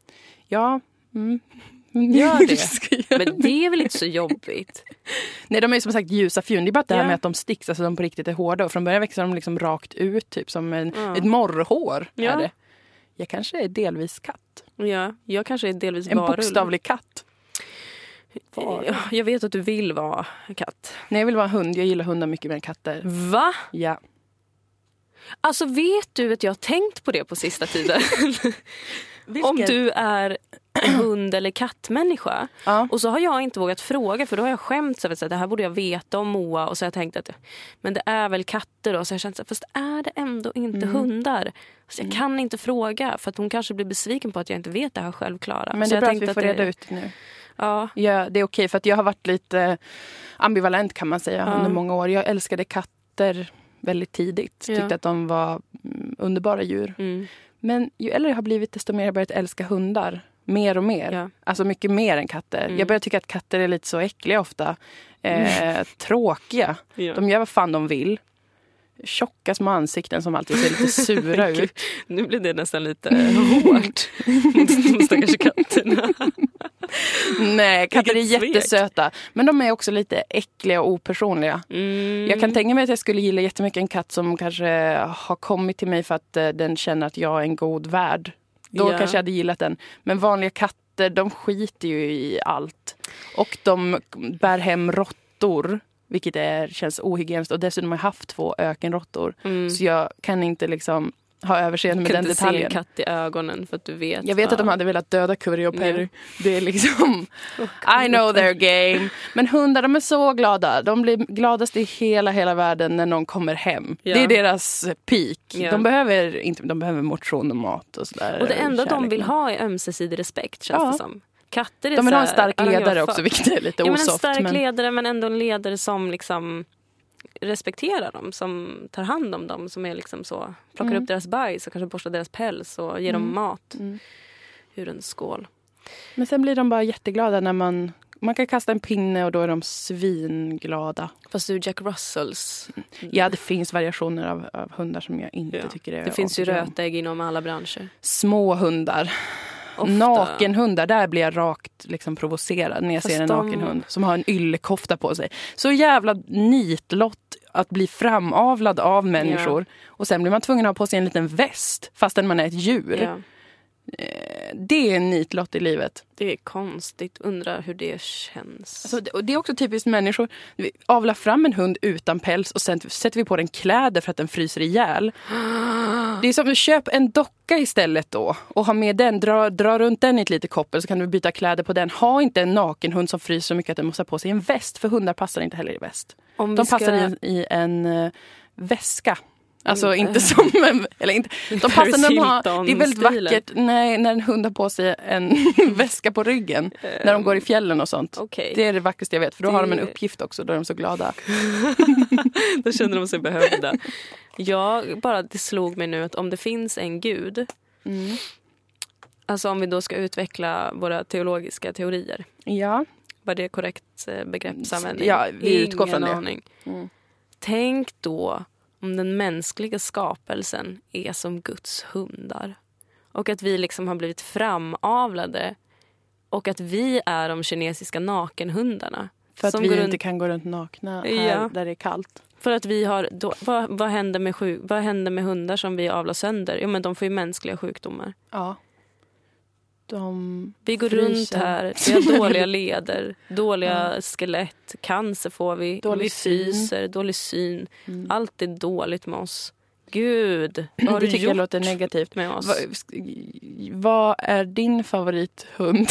S2: Ja. Mm.
S1: Gör det.
S2: Ska jag-
S1: Men det är väl inte så jobbigt?
S2: Nej, de är ju som sagt ljusa fjun. Det är bara det här
S1: Ja.
S2: med att de sticks, alltså de på riktigt är hårda. Och från början växer de liksom rakt ut, typ som en,
S1: Ja.
S2: ett morrhår.
S1: Ja.
S2: Är det. Jag kanske är delvis katt.
S1: Ja, jag kanske är delvis
S2: En
S1: varulv.
S2: bokstavlig katt. Varulv.
S1: Ja, Jag vet att du vill vara katt.
S2: Nej, jag vill vara hund. Jag gillar hundar mycket mer än katter.
S1: Va?
S2: Ja.
S1: Alltså vet du att jag har tänkt på det på sista (laughs) tiden? Om du är en hund eller kattmänniska.
S2: Ja.
S1: Och så har jag inte vågat fråga för då har jag skämts över att säga, det här borde jag veta om Moa. Och så har jag tänkt att men det är väl katter då. Så jag har känt så här, fast är det ändå inte hundar? Så jag kan inte fråga för att hon kanske blir besviken på att jag inte vet det här självklara.
S2: Men
S1: så
S2: det är
S1: jag
S2: bra att
S1: tänkte
S2: vi får
S1: det-
S2: reda ut det nu.
S1: Ja,
S2: Ja, det är okej, för att jag har varit lite ambivalent kan man säga under många år. Jag älskade katter väldigt tidigt. Tyckte
S1: Ja.
S2: att de var mm, underbara djur.
S1: mm,
S2: Men ju äldre jag har blivit desto mer har jag börjat älska hundar. Mer och mer.
S1: Ja. Mm.
S2: Alltså mycket mer än katter. Jag börjar tycka att katter är lite så äckliga ofta. Eh, (laughs) tråkiga.
S1: Mm. Ja.
S2: De gör vad fan de vill. Tjocka små ansikten som alltid ser
S1: (laughs)
S2: lite sura ut.
S1: nu blir det nästan lite hårt mot de stackars katterna.
S2: Nej, katter är
S1: Vilket svek.
S2: jättesöta. Men de är också lite äckliga och opersonliga.
S1: Mm.
S2: Jag kan tänka mig att jag skulle gilla jättemycket en katt som kanske har kommit till mig för att eh, den känner att jag är en god värd. Då
S1: Ja.
S2: kanske jag hade gillat den. Men vanliga katter, de skiter ju i allt. Och de bär hem råttor, vilket är, känns ohygieniskt. Och dessutom har jag haft två ökenråttor.
S1: Mm.
S2: Så jag kan inte liksom ha överseende med
S1: kan
S2: den
S1: inte se en
S2: detaljen.
S1: katt i ögonen för att du vet.
S2: Jag vet att de
S1: vad-
S2: hade velat döda Curry och Perry.
S1: Ja. Oh,
S2: Det är liksom... (laughs) I know their game. Men hundar de är så glada. De blir gladast i hela, hela världen när någon kommer hem.
S1: Ja.
S2: Det är deras peak.
S1: Ja.
S2: De, behöver inte, de behöver motion och mat och sådär.
S1: Och det enda de
S2: kärlek.
S1: vill ha är ömesidig respekt känns
S2: Ja.
S1: det som. Katter är
S2: De vill
S1: så
S2: ha en
S1: här,
S2: stark
S1: ja, jag
S2: ledare
S1: fa-
S2: också, vilket är lite
S1: Ja, men en
S2: osoft.
S1: stark
S2: men-
S1: ledare men ändå en ledare som liksom respekterar dem, som tar hand om dem, som är liksom så, plockar upp deras bajs och kanske borstar deras päls och ger dem mat ur en skål.
S2: Men sen blir de bara jätteglada när man... Man kan kasta en pinne och då är de svinglada.
S1: Fast du, Jack Russells,
S2: Ja, det finns variationer av, av hundar som jag inte
S1: Ja.
S2: tycker är
S1: det finns ju
S2: tycker om.
S1: rötägg inom alla branscher.
S2: Små hundar.
S1: Ofta.
S2: Nakenhundar, där blir jag rakt liksom provocerad när jag
S1: Fast
S2: ser en
S1: de-
S2: nakenhund som har en yllekofta på sig. Så jävla nitlott att bli framavlad av människor. Och sen blir man tvungen att ha på sig en liten väst fastän man är ett djur. Eh,
S1: Ja,
S2: Det är en nitlott i livet.
S1: det är konstigt, undrar hur det känns.
S2: Alltså, det- och det är också typiskt människor. Vi
S1: (gasps)
S2: avlar fram en hund utan päls och sen sätter vi på den kläder för att den fryser ihjäl. Det är som du köp en docka istället då och ha med den. Dra, dra runt den i ett litet koppel så kan du byta kläder på den. Ha inte en nakenhund som fryser så mycket att den måste ha på sig en väst. För hundar passar inte heller i väst.
S1: Om
S2: De
S1: vi ska-
S2: passar i, i en eh, väska. Alltså
S1: Mm.
S2: inte som en... Eller inte, de passar
S1: Paris
S2: när de
S1: (laughs)
S2: har, Det är väldigt
S1: Hilton-stilen.
S2: vackert nej, när en hund har på sig en (laughs) väska på ryggen. När de går i fjällen och sånt.
S1: Okej,
S2: Det är det vackraste jag vet. För då har de en
S1: Det-
S2: uppgift också. Då är de så glada.
S1: då känner de sig (laughs) behövda. Jag bara, det slog mig nu att om det finns en gud,
S2: Mm.
S1: alltså om vi då ska utveckla våra teologiska teorier,
S2: Ja.
S1: var det korrekt eh, begreppsanvändning?
S2: Ja, vi utgår
S1: Ingen
S2: från det.
S1: aning.
S2: Mm.
S1: Tänk då om den mänskliga skapelsen är som Guds hundar. Och att vi liksom har blivit framavlade. Och att vi är de kinesiska nakenhundarna.
S2: För att
S1: Som går
S2: vi
S1: runt-
S2: inte kan gå runt nakna här
S1: Ja.
S2: där det är kallt.
S1: För att vi har... Då, vad, vad, händer med sjuk, vad händer med hundar som vi avlar sönder? Jo, men de får ju mänskliga sjukdomar.
S2: Ja. De... (clears throat)
S1: Vi går
S2: Fryser.
S1: runt här, vi har
S2: (laughs)
S1: dåliga leder, dåliga skelett, cancer får vi,
S2: Dålig
S1: vi
S2: syn.
S1: fryser, dålig syn.
S2: Mm.
S1: Allt är dåligt med oss. Gud, vad har
S2: det
S1: du
S2: tycker jag
S1: gjort
S2: låter negativt.
S1: med oss?
S2: Va- Vad är din favorithund?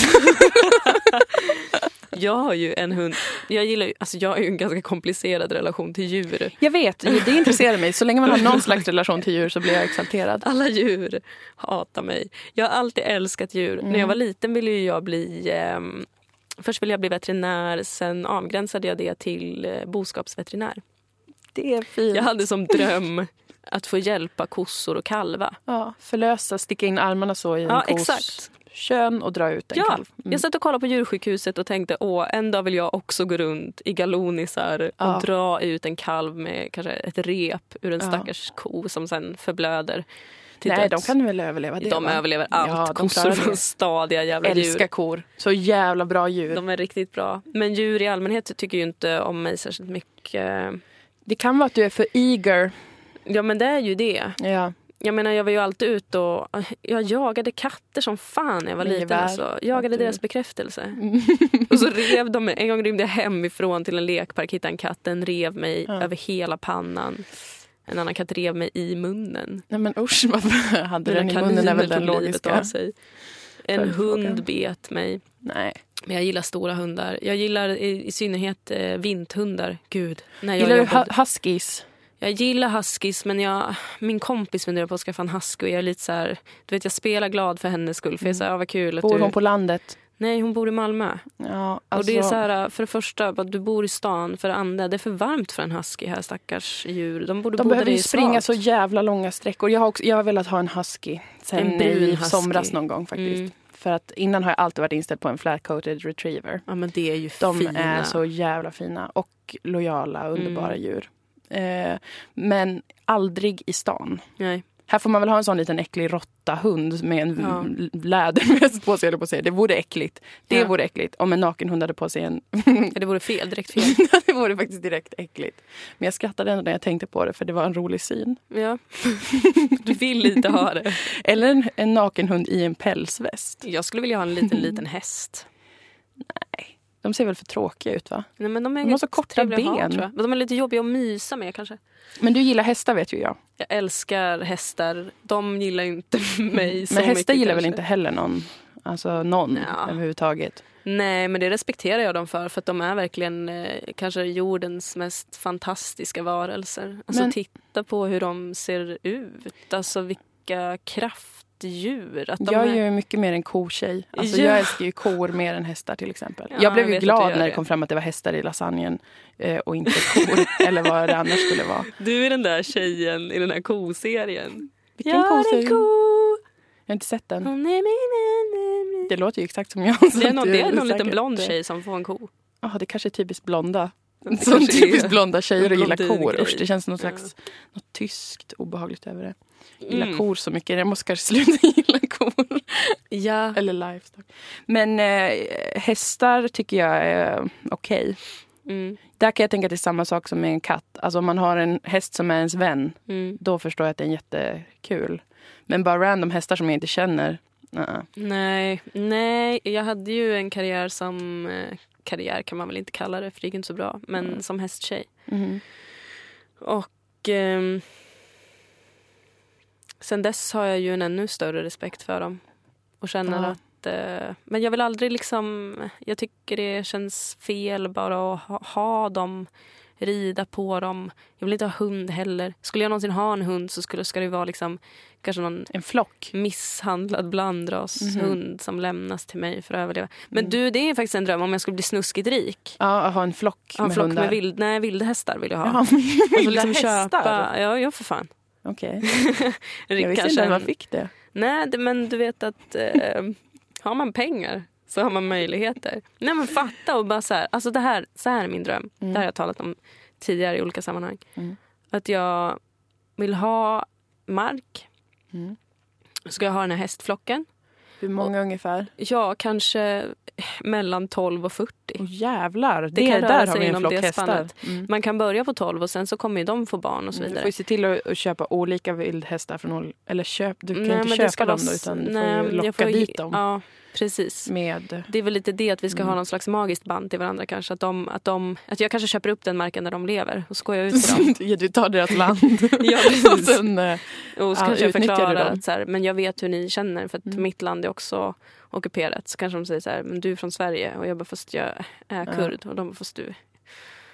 S1: Jag har ju en hund. Jag gillar ju, alltså jag har ju en ganska komplicerad relation till djur.
S2: (laughs) Jag vet, det intresserar mig. Så länge man har någon slags relation till djur så blir jag exalterad.
S1: Alla djur hatar mig. Jag har alltid älskat djur. När jag var liten ville ju jag bli... ehm, först ville jag bli veterinär, sen avgränsade jag det till eh, boskapsveterinär.
S2: Det är fint.
S1: Jag hade som (laughs) dröm att få hjälpa kossor och kalva.
S2: Ja, förlösa, sticka in armarna så i en
S1: Ja,
S2: kos
S1: exakt.
S2: kön och dra ut en
S1: Ja,
S2: kalv. Mm.
S1: Jag satt och kollade på djursjukhuset och tänkte åh, en dag vill jag också gå runt i galonisar och
S2: Ja.
S1: dra ut en kalv med kanske ett rep ur en
S2: Ja.
S1: stackars ko som sen förblöder till
S2: Nej, de
S1: döds.
S2: kan väl överleva det?
S1: de
S2: va?
S1: överlever
S2: Ja,
S1: allt.
S2: de
S1: Kossor
S2: klarar det.
S1: från stadiga jävla
S2: Älskar
S1: djur.
S2: kor. Så jävla bra djur.
S1: De är riktigt bra. Men djur i allmänhet tycker ju inte om mig särskilt mycket.
S2: Det kan vara att du är för eager.
S1: Ja men det är ju det.
S2: Ja.
S1: Jag menar jag var ju alltid ute och eh, jag jagade katter som fan när jag var
S2: Med
S1: liten.
S2: gevär.
S1: Alltså. Jagade
S2: Att du-
S1: deras bekräftelse.
S2: Mm.
S1: Och så rev de mig. En gång rymde jag hemifrån till en lekpark, hittade en katt. Den rev mig
S2: Ja.
S1: över hela pannan. En annan katt rev mig i munnen.
S2: Nej men usch, varför (laughs) hade du den i
S1: Mina
S2: munnen? är väl
S1: kaniner
S2: den
S1: tog livet av
S2: logiska.
S1: sig. En
S2: Följdfrågan.
S1: hund bet mig.
S2: Nej.
S1: Men jag gillar stora hundar. Jag gillar i, i synnerhet eh, vinthundar. Gud. När jag,
S2: Gillar du
S1: jobbade-
S2: hu- huskies?
S1: jag gillar huskies men jag, min kompis funderar på att skaffa en husky och jag är lite så här, du vet jag spelar glad för hennes skull för jag är så här, ah, vad kul att
S2: Mm. Bor
S1: du...
S2: hon på landet?
S1: Nej hon bor i Malmö.
S2: Ja,
S1: Och
S2: alltså,
S1: det är så här, för det första, bara, du bor i stan. För det andra, det är för varmt för en husky här stackars djur. De borde
S2: de
S1: bo där
S2: behöver
S1: det
S2: ju
S1: är
S2: springa
S1: svalt.
S2: så jävla långa sträckor. Jag har, också, jag har velat ha en husky sen
S1: En brun
S2: i
S1: husky.
S2: somras någon gång faktiskt.
S1: Mm.
S2: För att innan har jag alltid varit inställd på en flat-coated retriever.
S1: Ja men det är ju
S2: De
S1: fina.
S2: är så jävla fina och lojala, underbara
S1: Mm.
S2: djur. Eh, men aldrig i stan.
S1: Nej.
S2: Här får man väl ha en sån liten äcklig råttahund med en
S1: Ja.
S2: l- (laughs) läderväst på sig, höll jag på att säga. Det vore äckligt. Det
S1: Ja.
S2: vore äckligt om en nakenhund hade på sig en... (laughs)
S1: Ja, det vore fel, direkt fel.
S2: det vore faktiskt direkt äckligt. Men jag skrattade ändå när jag tänkte på det för det var en rolig syn.
S1: Ja.
S2: (laughs)
S1: Du vill inte ha det.
S2: Eller en, en nakenhund i en pälsväst.
S1: Jag skulle vilja ha en liten, liten häst.
S2: De ser väl för tråkiga ut va?
S1: Nej, men de är
S2: De har så
S1: rätt
S2: korta
S1: trevliga att ha,
S2: ben.
S1: tror jag. Men de är lite jobbiga att mysa med kanske.
S2: Men du gillar hästar vet ju jag.
S1: Jag älskar hästar. De gillar ju inte (laughs) mig så
S2: Mm. Men hästar
S1: mycket,
S2: gillar väl
S1: kanske.
S2: inte heller någon? Alltså någon
S1: Ja.
S2: överhuvudtaget.
S1: Nej, men det respekterar jag dem för. För att de är verkligen eh, kanske jordens mest fantastiska varelser. Alltså
S2: Men-
S1: titta på hur de ser ut. Alltså vilka kraftdjur. Att de
S2: jag
S1: är...
S2: är ju mycket mer en kotjej. Alltså,
S1: Ja.
S2: Jag älskar ju kor mer än hästar till exempel.
S1: Ja,
S2: jag blev
S1: jag
S2: ju
S1: vet att du
S2: glad
S1: gör
S2: när det
S1: det.
S2: kom fram att det var hästar i lasagnen eh, och inte
S1: (laughs)
S2: kor. eller vad det annars skulle vara.
S1: Du är den där tjejen i den här koserien.
S2: Vilken
S1: jag är
S2: konstig...
S1: en ko,
S2: Jag har inte sett den.
S1: hon är min
S2: Det låter ju exakt som jag.
S1: Det är någon, det är någon liten
S2: säkert-
S1: blond tjej som får en ko.
S2: Ja, det kanske är typiskt blonda.
S1: Det
S2: Som
S1: kanske är-
S2: typiskt blonda tjejer och
S1: en
S2: gillar
S1: blondingrej.
S2: kor. Usch, det känns något
S1: Ja.
S2: slags något tyskt obehagligt över det. Gillar
S1: Mm.
S2: kor (laughs) så mycket. Jag måste kanske sluta (laughs) gilla kor.
S1: Ja.
S2: Eller livestock. Men eh, hästar tycker jag är okej.
S1: Mm,
S2: Där kan jag tänka att det är samma sak som med en katt. Alltså om man har en häst som är ens vän,
S1: mm.
S2: då förstår jag att det är jättekul. Men bara random hästar som jag inte känner, uh
S1: Nej, nej, jag hade ju en karriär som... eh, Karriär kan man väl inte kalla det, för det gick inte så bra. Men
S2: Mm.
S1: som
S2: Mm-hmm.
S1: hästtjej. Och... ehm, Sen dess har jag ju en ännu större respekt för dem. Och känner
S2: Ja.
S1: att... Eh, men jag vill aldrig liksom... Jag tycker det känns fel bara att ha, ha dem, rida på dem. Jag vill inte ha hund heller. Skulle jag någonsin ha en hund så skulle, ska det vara liksom kanske någon
S2: En flock.
S1: misshandlad blandrashund
S2: Mhm.
S1: hund som lämnas till mig för att överleva. Men
S2: Mm.
S1: du, det är faktiskt en dröm om jag skulle bli snuskigt rik.
S2: Ja, att ha en flock
S1: Ha en
S2: med Alltså,
S1: flock
S2: hundar.
S1: med vild, nej, vildhästar vill jag ha.
S2: Ja,
S1: Och
S2: (laughs)
S1: så
S2: vilda
S1: liksom
S2: hästar.
S1: köpa, ja, ja för fan.
S2: Okej.
S1: Rik-
S2: Jag visste
S1: kanske
S2: inte att
S1: en-
S2: man fick det.
S1: Nej, det- men du vet att eh, (laughs) har man pengar så har man möjligheter. Nej men fatta och bara så här, alltså det här, så här är min dröm.
S2: Mm.
S1: Det här har jag talat om tidigare i olika sammanhang.
S2: Mm.
S1: Att jag vill ha mark,
S2: Mm.
S1: så ska jag ha den här hästflocken.
S2: Hur många ungefär?
S1: Ja, kanske mellan 12 och 40.
S2: Åh jävlar, det,
S1: kan röra
S2: där har
S1: sig
S2: vi en
S1: inom
S2: flock
S1: det
S2: hästar.
S1: spannet.
S2: Mm.
S1: Man kan börja på 12 och sen så kommer ju de få barn och så
S2: Du
S1: vidare.
S2: får ju se till att, att köpa olika vildhästar från ol- eller köp, du kan
S1: Nej, men
S2: inte
S1: det
S2: köpa
S1: ska
S2: dem
S1: vara
S2: då,
S1: s-
S2: utan du
S1: nej,
S2: får ju
S1: jag
S2: locka
S1: ju-
S2: dit dem
S1: Ja, precis.
S2: (laughs) med
S1: Det är väl lite det att vi ska
S2: Mm.
S1: ha någon slags magiskt band till varandra kanske. Att, de, att, de, att jag kanske köper upp den marken där de lever och så går jag ut till
S2: (laughs)
S1: dem.
S2: ja, du tar deras land
S1: (laughs) ja,
S2: och
S1: precis.
S2: sen eh,
S1: Och så
S2: Ja,
S1: kanske jag
S2: utnyttjar du
S1: förklarar
S2: dem?
S1: att så här, men jag vet hur ni känner för att
S2: Mm.
S1: mitt land är också ockuperat. Så kanske de säger så här, men du är från Sverige och jag bara fast jag är
S2: Ja.
S1: kurd och de bara fast du.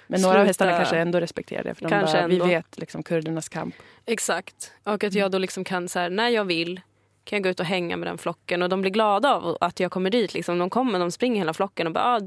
S2: Men några av
S1: Sluta.
S2: hästarna kanske ändå respekterar det. För de
S1: Kanske
S2: bara, vi
S1: ändå.
S2: vet liksom kurdernas kamp.
S1: Exakt. Och
S2: Mm.
S1: att jag då liksom kan så här, när jag vill kan jag gå ut och hänga med den flocken och de blir glada av att jag kommer dit. Liksom. De kommer, de springer hela flocken och bara, ah,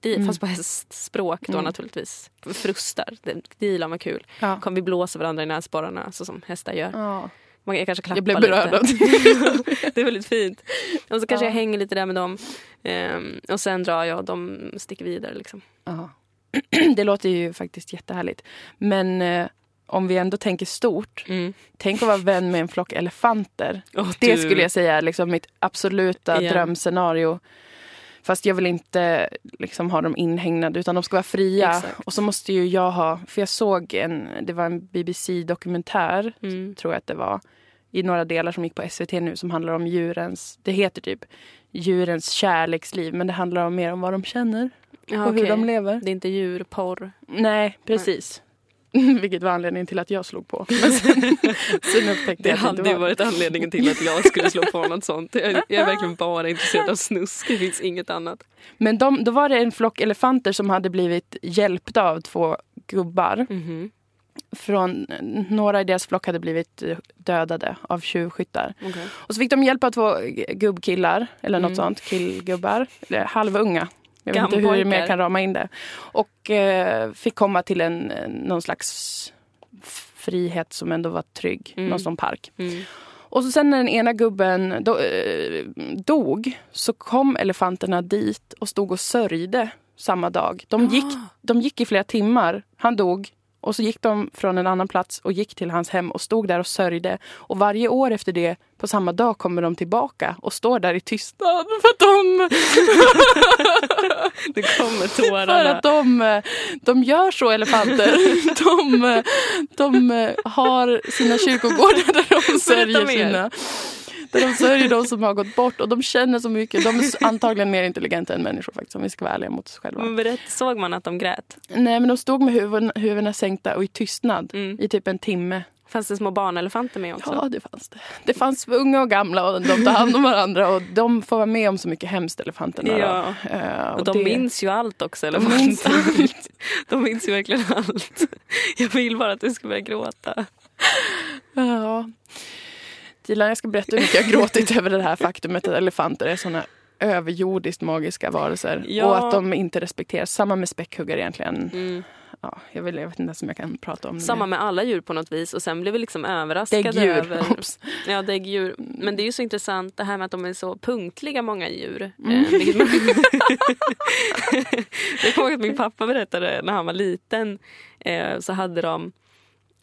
S1: di,
S2: Mm.
S1: fast på hästspråk då
S2: Mm.
S1: naturligtvis. Frustar, det, det gillar man kul.
S2: Ja.
S1: Kom, vi blåser varandra i näsborrarna så som hästar gör.
S2: Ja.
S1: Man, jag kanske klappar
S2: Jag blev berörd
S1: lite.
S2: av det.
S1: (laughs) det är väldigt fint. Och så kanske
S2: Ja.
S1: jag hänger lite där med dem. Ehm, och sen drar jag och de sticker vidare. Liksom.
S2: Ja. (clears throat) Det låter ju faktiskt jättehärligt. Men eh, om vi ändå tänker stort.
S1: Mm.
S2: Tänk att vara vän med en flock elefanter.
S1: Och
S2: Det
S1: du-
S2: skulle jag säga är liksom mitt absoluta
S1: Ja.
S2: drömscenario. Fast jag vill inte liksom ha dem inhägnade utan de ska vara fria.
S1: Exakt.
S2: Och så måste ju jag ha, för jag såg en, det var en BBC-dokumentär
S1: Mm.
S2: tror jag att det var, i några delar som gick på SVT nu som handlar om djurens, det heter typ djurens kärleksliv men det handlar om mer om vad de känner
S1: Ja,
S2: och hur de
S1: okej.
S2: lever.
S1: Det är inte djurporr.
S2: Nej, precis. (laughs) Vilket var anledningen till att jag slog på. (laughs) Men sen, sen upptäckte
S1: Det
S2: jag att
S1: hade
S2: det
S1: ju
S2: inte var.
S1: varit anledningen till att jag skulle slå på något sånt. Jag, jag är verkligen bara intresserad av snusk. Det finns inget annat.
S2: Men de, då var det en flock elefanter som hade blivit hjälpta av två gubbar.
S1: Mhm.
S2: Från, några i deras flock hade blivit eh, dödade av tjuvskyttar.
S1: Okej.
S2: Och så fick de hjälp av två gubbkillar, eller något
S1: Mm.
S2: sånt, killgubbar. Eller halvunga. Jag vet inte hur
S1: Gammpojkar.
S2: jag mer kan rama in det. Och eh, fick komma till en, eh, någon slags frihet som ändå var trygg,
S1: Mm.
S2: någon sån park.
S1: Mm.
S2: Och så sen när den ena gubben do, eh, dog så kom elefanterna dit och stod och sörjde samma dag. De gick,
S1: Ah.
S2: de gick i flera timmar. Han dog. Och så gick de från en annan plats och gick till hans hem och stod där och sörjde. Och varje år efter det, på samma dag, kommer de tillbaka och står där i tystnad för att de,
S1: Det (laughs) kommer
S2: för
S1: tårarna.
S2: att de, eh, de gör
S1: (laughs)
S2: så, elefanter. De, eh, de eh, har sina kyrkogårdar där de sörjer
S1: mer.
S2: sina... Där de sörjer de som har gått bort och de känner så mycket. De är s- antagligen mer intelligenta än människor faktiskt, om vi ska vara ärliga mot oss själva.
S1: Men berätt, såg man att de grät?
S2: Nej, men de stod med huvuden, huvudena sänkta och i tystnad
S1: Mm.
S2: i typ en timme.
S1: Fanns det små barnelefanter med också?
S2: Ja, det fanns det. Det fanns unga och gamla och de tar hand om varandra och de får vara med om så mycket hemskt, elefanterna. då.
S1: Ja.
S2: Eh,
S1: Och de
S2: det-
S1: minns ju allt också. Eller
S2: De
S1: vad?
S2: minns allt.
S1: (laughs) de minns ju verkligen allt. Jag vill bara att du ska börja gråta.
S2: Ja. Dilan, jag ska berätta hur mycket jag
S1: (laughs)
S2: gråtit över det här faktumet att elefanter är såna överjordiskt magiska varelser.
S1: Ja.
S2: Och att de inte respekteras. Samma med späckhuggare egentligen.
S1: Mm.
S2: Ja, jag, vill, jag vet inte ens om jag kan prata om
S1: Samma
S2: det.
S1: med alla djur på något vis. Och sen blev vi liksom överraskade
S2: Däggdjur.
S1: över... (laughs) eh,
S2: Oops.
S1: Ja, däggdjur. Men det är ju så intressant det här med att de är så punktliga många djur. Eh,
S2: Mm.
S1: vilket man... jag kommer ihåg att min pappa berättade när han var liten eh, så hade de,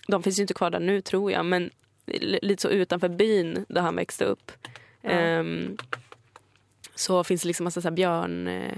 S1: de finns ju inte kvar där nu tror jag, men li- lite så utanför byn där han växte upp. ehm, så finns det liksom massa så här björn, eh,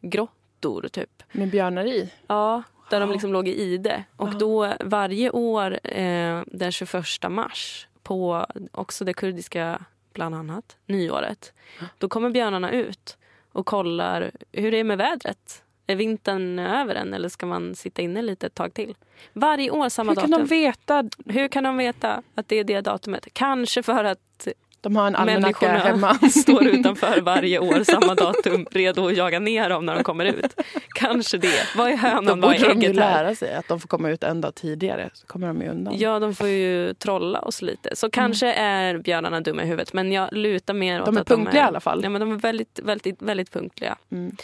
S1: grottor typ.
S2: (laughs) Med björnar i.
S1: Ja, där de liksom låg i ide. Och då varje år eh, den 21 mars på också det kurdiska, bland annat, nyåret. Då kommer björnarna ut och kollar hur det är med vädret. Är vintern över än eller ska man sitta inne lite ett tag till? Varje år samma
S2: Hur kan
S1: datum.
S2: de veta?
S1: Hur kan de veta att det är det datumet? Kanske för att
S2: De har en almanacka
S1: Människorna (laughs)
S2: hemma.
S1: står utanför varje år samma datum redo att jaga ner dem när de kommer ut. Kanske det. Vad är
S2: Då
S1: hönan, vad
S2: borde
S1: är
S2: de ju
S1: ägget här?
S2: lära sig att de får komma ut en dag tidigare. Så kommer de ju undan.
S1: Ja, de får ju trolla oss lite.
S2: Mm.
S1: Så kanske är björnarna dumma i huvudet men jag lutar mer åt
S2: De är
S1: att
S2: punktliga i alla fall.
S1: Ja, men de är väldigt, väldigt, väldigt punktliga.
S2: Mm.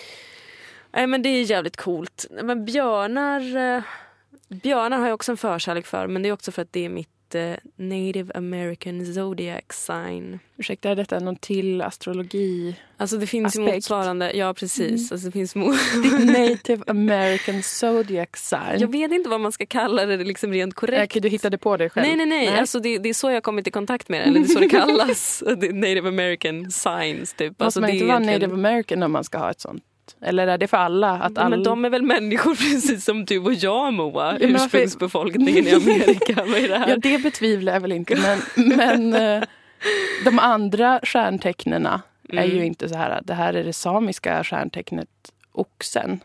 S1: Nej, men det är jävligt coolt. Nej, Men björnar, eh, björnar har jag också en förkärlek för men det är också för att det är mitt eh, native american zodiac sign.
S2: Ursäkta, är detta någon
S1: (laughs)
S2: till astrologi?
S1: Alltså det finns ju
S2: Aspekt. Mm.
S1: motsvarande, ja precis. Alltså, det finns mo- (laughs)
S2: Native American Zodiac Sign?
S1: jag vet inte vad man ska kalla det liksom rent korrekt.
S2: Räcker du hittade på det själv?
S1: Nej, nej, nej. Alltså, det, det är så jag kommit i kontakt med det. Eller det är
S2: (laughs)
S1: så det kallas. Det är Native American signs typ.
S2: Måste
S1: Alltså,
S2: man
S1: det är
S2: inte vara
S1: egentligen-
S2: native american om man ska ha ett sånt? Eller är det för alla? Att
S1: Ja,
S2: all...
S1: Men de är väl människor (laughs) precis som du och jag Moa.
S2: Ja, men varför- (laughs)
S1: Ursprungsbefolkningen i Amerika. Vad är det här?
S2: Ja, det betvivlar jag väl inte. Men,
S1: (laughs)
S2: men eh, de andra stjärntecknena är
S1: Mm.
S2: ju inte så här. Det här är det samiska stjärntecknet oxen.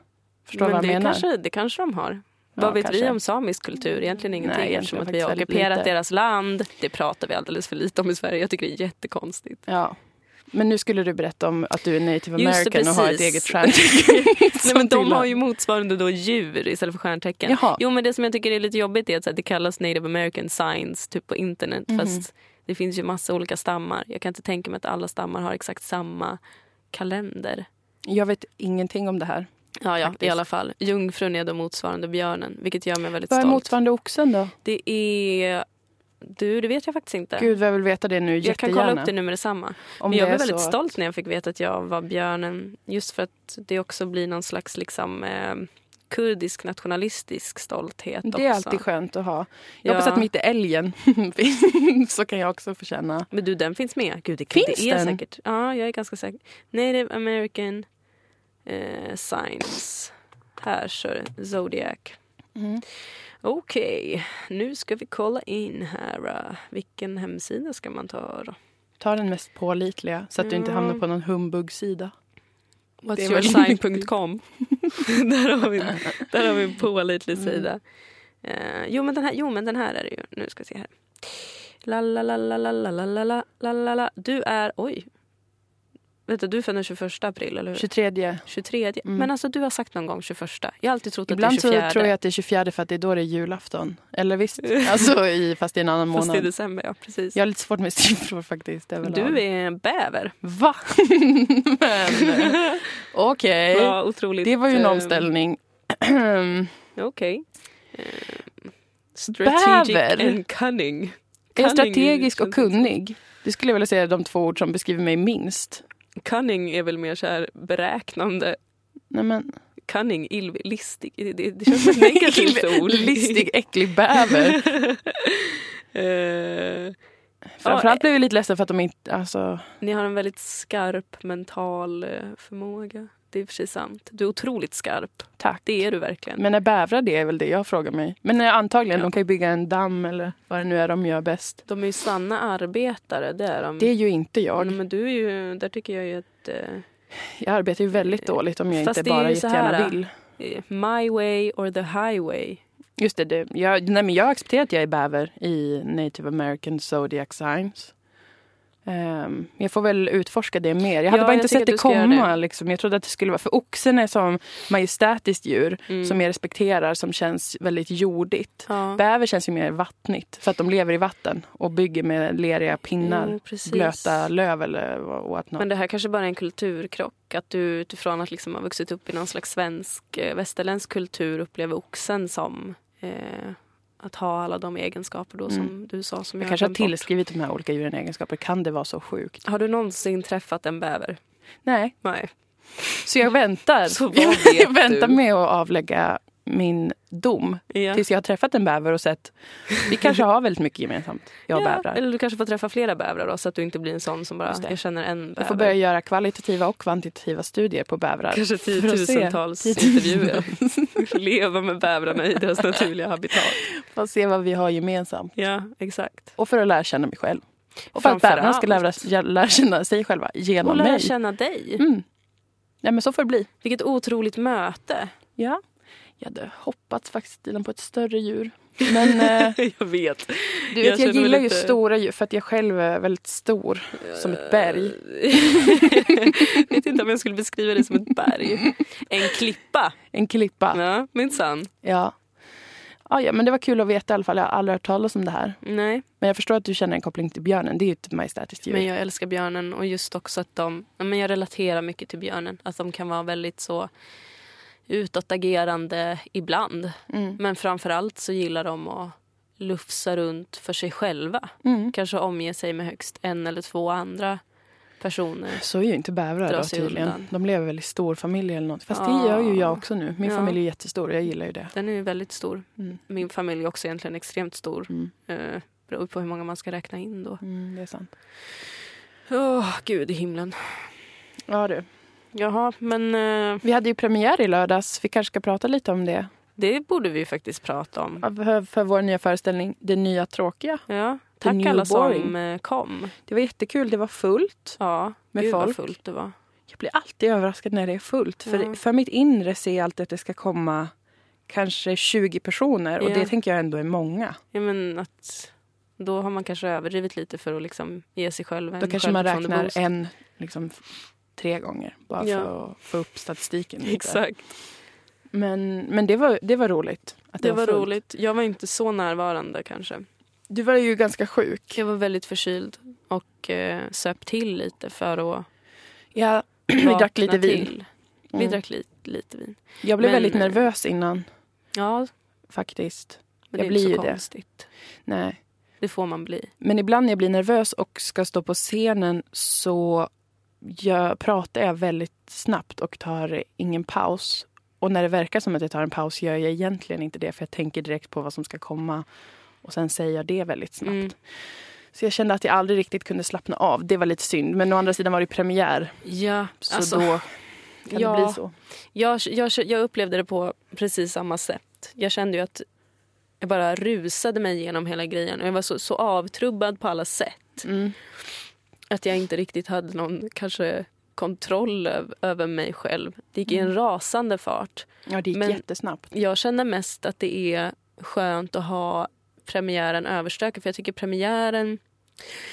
S2: Förstår du
S1: men
S2: vad jag
S1: det,
S2: menar?
S1: kanske, det kanske de har.
S2: Ja,
S1: Vad vet vi
S2: kanske.
S1: om samisk kultur? Egentligen ingenting
S2: egentligen
S1: eftersom att vi
S2: faktiskt
S1: har
S2: väldigt
S1: ockuperat
S2: lite.
S1: deras land. Det pratar vi alldeles för lite om i Sverige. Jag tycker det är jättekonstigt.
S2: Ja. Men nu skulle du berätta om att du är native
S1: Just det,
S2: american och har ett
S1: precis.
S2: eget stjärntecken.
S1: (laughs) Nej, men de
S2: tillhör-
S1: har ju motsvarande då djur istället för stjärntecken.
S2: Jaha.
S1: Jo men det som jag tycker är lite jobbigt är att så här, det kallas native american signs typ på internet fast det finns ju massa olika stammar. Jag kan inte tänka mig att alla stammar har exakt samma kalender.
S2: Jag vet ingenting om det här.
S1: Ja, ja
S2: Faktiskt.
S1: i alla fall. Jungfrun är då motsvarande björnen vilket gör mig väldigt
S2: Vad är
S1: stolt.
S2: motsvarande oxen då?
S1: Det är... Du, det vet jag faktiskt inte.
S2: Gud, jag vill veta det nu
S1: jag kan
S2: jättegärna.
S1: kolla upp det nu med detsamma.
S2: Om
S1: Men jag
S2: det
S1: blev
S2: är så
S1: väldigt
S2: att-
S1: stolt när jag fick veta att jag var björnen. Just för att det också blir någon slags liksom, eh, kurdisk nationalistisk stolthet
S2: Det är
S1: också.
S2: alltid skönt att ha. Jag
S1: Ja.
S2: hoppas att mitt är älgen. (laughs) så kan jag också få känna.
S1: Men du, den finns med. Gud, det,
S2: Finns
S1: det är
S2: den?
S1: säkert. Ja, jag är ganska säker. Native American eh, Signs. Här kör Zodiac.
S2: Mm.
S1: Okej, nu ska vi kolla in här. eh, Vilken hemsida ska man ta då?
S2: Ta den mest pålitliga så att du inte
S1: Ja.
S2: hamnar på någon humbug-sida. Det är väl (laughs)
S1: whatsyoursign.com. (laughs) där, har vi, där har vi en pålitlig
S2: Mm.
S1: sida. Eh, jo, men den här, jo men den här är det ju. Nu ska vi se här. La la la la la la la la la la la la. Du är, oj. Vänta, du är född den 21 april eller hur?
S2: 23.
S1: 23.
S2: Mm.
S1: Men alltså du har sagt någon gång 21. Jag har alltid trott att
S2: Ibland
S1: det
S2: så
S1: är 24.
S2: tror jag att det är 24 för att det är då det är julafton.
S1: (laughs)
S2: Eller visst, alltså i, fast i en annan
S1: Fast det är
S2: månad.
S1: december, ja precis.
S2: Jag har lite svårt med siffror faktiskt. Det är väl av-
S1: Du är en
S2: (laughs)
S1: bäver. (laughs)
S2: Va? Men okej.
S1: Ja, otroligt.
S2: Det var ju en
S1: eh,
S2: omställning. (clears throat)
S1: Okej. Eh, strategic
S2: Bäver?
S1: and cunning.
S2: är jag
S1: Cunning
S2: strategisk och
S1: känns inte så-
S2: kunnig? Det skulle jag vilja säga är de två ord som beskriver mig minst.
S1: Cunning är väl mer så här beräknande.
S2: Nej, men,
S1: Cunning, ilv, listig. Det, det, det
S2: (laughs)
S1: känns som ett negativt ord. (laughs)
S2: Listig, äcklig bäver.
S1: Eh,
S2: Framförallt blev jag lite ledsen för att de inte... Alltså,
S1: ni har en väldigt skarp mental eh, förmåga. Det är i och för sig sant. Du är otroligt skarp.
S2: tack.
S1: Det är du verkligen.
S2: Men är bävrar det är väl det jag frågar mig. Men eh, antagligen,
S1: Ja.
S2: de kan ju bygga en damm eller vad det nu är de gör bäst.
S1: De är ju sanna arbetare. Det är de.
S2: Det är ju inte
S1: Ja,
S2: jag.
S1: Mm, men du är ju, där tycker jag ju att eh,
S2: Jag arbetar ju väldigt dåligt om jag
S1: Fast
S2: inte
S1: det är
S2: bara
S1: ju så
S2: jättegärna
S1: här,
S2: vill.
S1: eh, my way or the highway.
S2: Just det, det jag, nej, men jag accepterar att jag är bäver i native american zodiac signs. Ehm, jag får väl utforska det mer. Jag hade
S1: Ja,
S2: bara
S1: jag
S2: inte
S1: tycker
S2: sett
S1: att
S2: det
S1: du ska göra
S2: komma.
S1: det.
S2: Liksom. Jag trodde att det skulle vara... För oxen är som majestätiskt djur
S1: Mm.
S2: som jag respekterar, som känns väldigt jordigt.
S1: ja.
S2: Bäver känns ju mer vattnigt, för att de lever i vatten och bygger med leriga pinnar.
S1: Jo, Mm, precis.
S2: blöta löv eller vad- what not.
S1: Men det här kanske bara är en kulturkrock. Att du utifrån att liksom ha vuxit upp i någon slags svensk, eh, västerländsk kultur upplever oxen som eh, att ha alla de egenskaper då som du sa som jag,
S2: Mm. Jag kanske har
S1: glömt bort.
S2: tillskrivit de här olika djuren egenskaper. Kan det vara så sjukt?
S1: Har du någonsin träffat en bäver?
S2: Nej,
S1: Nej.
S2: så jag väntar.
S1: (laughs) Så vad
S2: jag,
S1: vet
S2: (laughs) väntar
S1: du?
S2: med att avlägga min dom
S1: Ja.
S2: tills jag har träffat en bäver och sett vi kanske har väldigt mycket gemensamt, jag och bävrar.
S1: Eller du kanske får träffa flera bävrar då, så att du inte blir en sån som bara
S2: Just det.
S1: jag känner en
S2: Jag får
S1: bäver.
S2: börja göra kvalitativa och kvantitativa studier på bävrar.
S1: Kanske tiotusentals
S2: För att se. (laughs)
S1: intervjuer. Leva med bävrarna i deras naturliga habitat.
S2: För att se vad vi har gemensamt.
S1: Ja, exakt.
S2: Och för att lära känna mig själv. Och för att bävrarna ska
S1: Framförallt.
S2: lära, lära känna sig själva
S1: Och
S2: genom
S1: lära
S2: mig.
S1: känna dig.
S2: Mm. Nej, men så får det bli.
S1: Vilket otroligt möte.
S2: Ja. Jag hade hoppats faktiskt Stilen, på ett större djur. (laughs) Men eh,
S1: (laughs) jag vet.
S2: du vet, jag,
S1: känner mig
S2: gillar ju
S1: lite-
S2: stora djur för att jag själv är väldigt stor. Som
S1: (laughs)
S2: ett berg.
S1: jag vet inte om jag skulle beskriva det som ett berg. En klippa.
S2: En klippa.
S1: Ja, minsann.
S2: Ja. Ah, ja, men det var kul att veta i alla fall. Jag har aldrig hört talas om det här.
S1: Nej,
S2: Men jag förstår att du känner en koppling till björnen. Det är ju ett majestätiskt djur.
S1: men jag älskar björnen och just också att de... ja, Men jag relaterar mycket till björnen. Att de kan vara väldigt så utåtagerande ibland.
S2: Mm.
S1: Men framför allt så gillar de att lufsa runt för sig själva.
S2: Mm.
S1: Kanske omge sig med högst en eller två andra personer.
S2: Så är ju inte bävrar
S1: Dra
S2: då
S1: sig
S2: tydligen.
S1: undan.
S2: De lever väl i storfamiljer eller något. Fast
S1: Ja.
S2: det gör ju jag också nu. Min
S1: Ja.
S2: familj är jättestor och jag gillar ju det.
S1: Den är ju väldigt stor.
S2: Mm.
S1: Min familj är också egentligen extremt stor.
S2: Mm.
S1: Eh, beror på hur många man ska räkna in då.
S2: Mm, det är sant.
S1: Åh, gud i himlen.
S2: Ja du.
S1: Jaha, men eh,
S2: Vi hade ju premiär i lördags. Vi kanske ska prata lite om det.
S1: det borde vi ju faktiskt prata om.
S2: För, för vår nya föreställning Det nya tråkiga.
S1: Ja,
S2: The
S1: tack
S2: new
S1: alla som
S2: boring.
S1: eh, kom.
S2: Det var jättekul. Det var fullt.
S1: Ja,
S2: Med
S1: gud vad
S2: folk.
S1: fullt det var.
S2: Jag blir alltid överraskad när det är fullt.
S1: Ja.
S2: För, för mitt inre ser jag alltid att det ska komma kanske 20 personer. Och
S1: Ja.
S2: det tänker jag ändå är många.
S1: Ja, men att, då har man kanske överdrivit lite för att liksom ge sig själv en
S2: Då kanske man räknar
S1: självförtroendeboost.
S2: en liksom, f- tre gånger bara
S1: Ja.
S2: för att få upp statistiken. lite.
S1: Exakt.
S2: Men, men det, var, det var roligt. Att
S1: Det, var
S2: fullt.
S1: roligt. Jag var inte så närvarande kanske.
S2: Du var ju ganska sjuk.
S1: Jag var väldigt förkyld och eh, söp till lite för att (clears throat)
S2: Jag, (clears throat) vi drack
S1: vakna
S2: lite vin.
S1: till. Vi
S2: Mm.
S1: drack li- lite vin.
S2: Jag blev
S1: Men- eh,
S2: väldigt nervös innan
S1: Ja,
S2: faktiskt.
S1: men
S2: Jag
S1: det är
S2: blir
S1: inte
S2: ju
S1: så
S2: det.
S1: konstigt.
S2: Nej.
S1: Det får man bli.
S2: Men ibland när jag blir nervös och ska stå på scenen så jag, pratar jag väldigt snabbt och tar ingen paus. Och när det verkar som att jag tar en paus gör jag egentligen inte det för jag tänker direkt på vad som ska komma. Och sen säger jag det väldigt snabbt.
S1: Mm.
S2: Så jag kände att jag aldrig riktigt kunde slappna av. Det var lite synd. Men å andra sidan var det premiär.
S1: Ja,
S2: Så
S1: alltså,
S2: då kan
S1: ja.
S2: det bli så.
S1: Jag, jag, jag upplevde det på precis samma sätt. Jag kände ju att jag bara rusade mig igenom hela grejen. Och jag var så, så avtrubbad på alla sätt.
S2: Mm.
S1: Att jag inte riktigt hade någon kanske kontroll öv, över mig själv. Det gick i en rasande fart.
S2: Ja, det gick
S1: Men-
S2: jättesnabbt.
S1: Jag känner mest att det är skönt att ha premiären överstökad. För jag tycker premiären...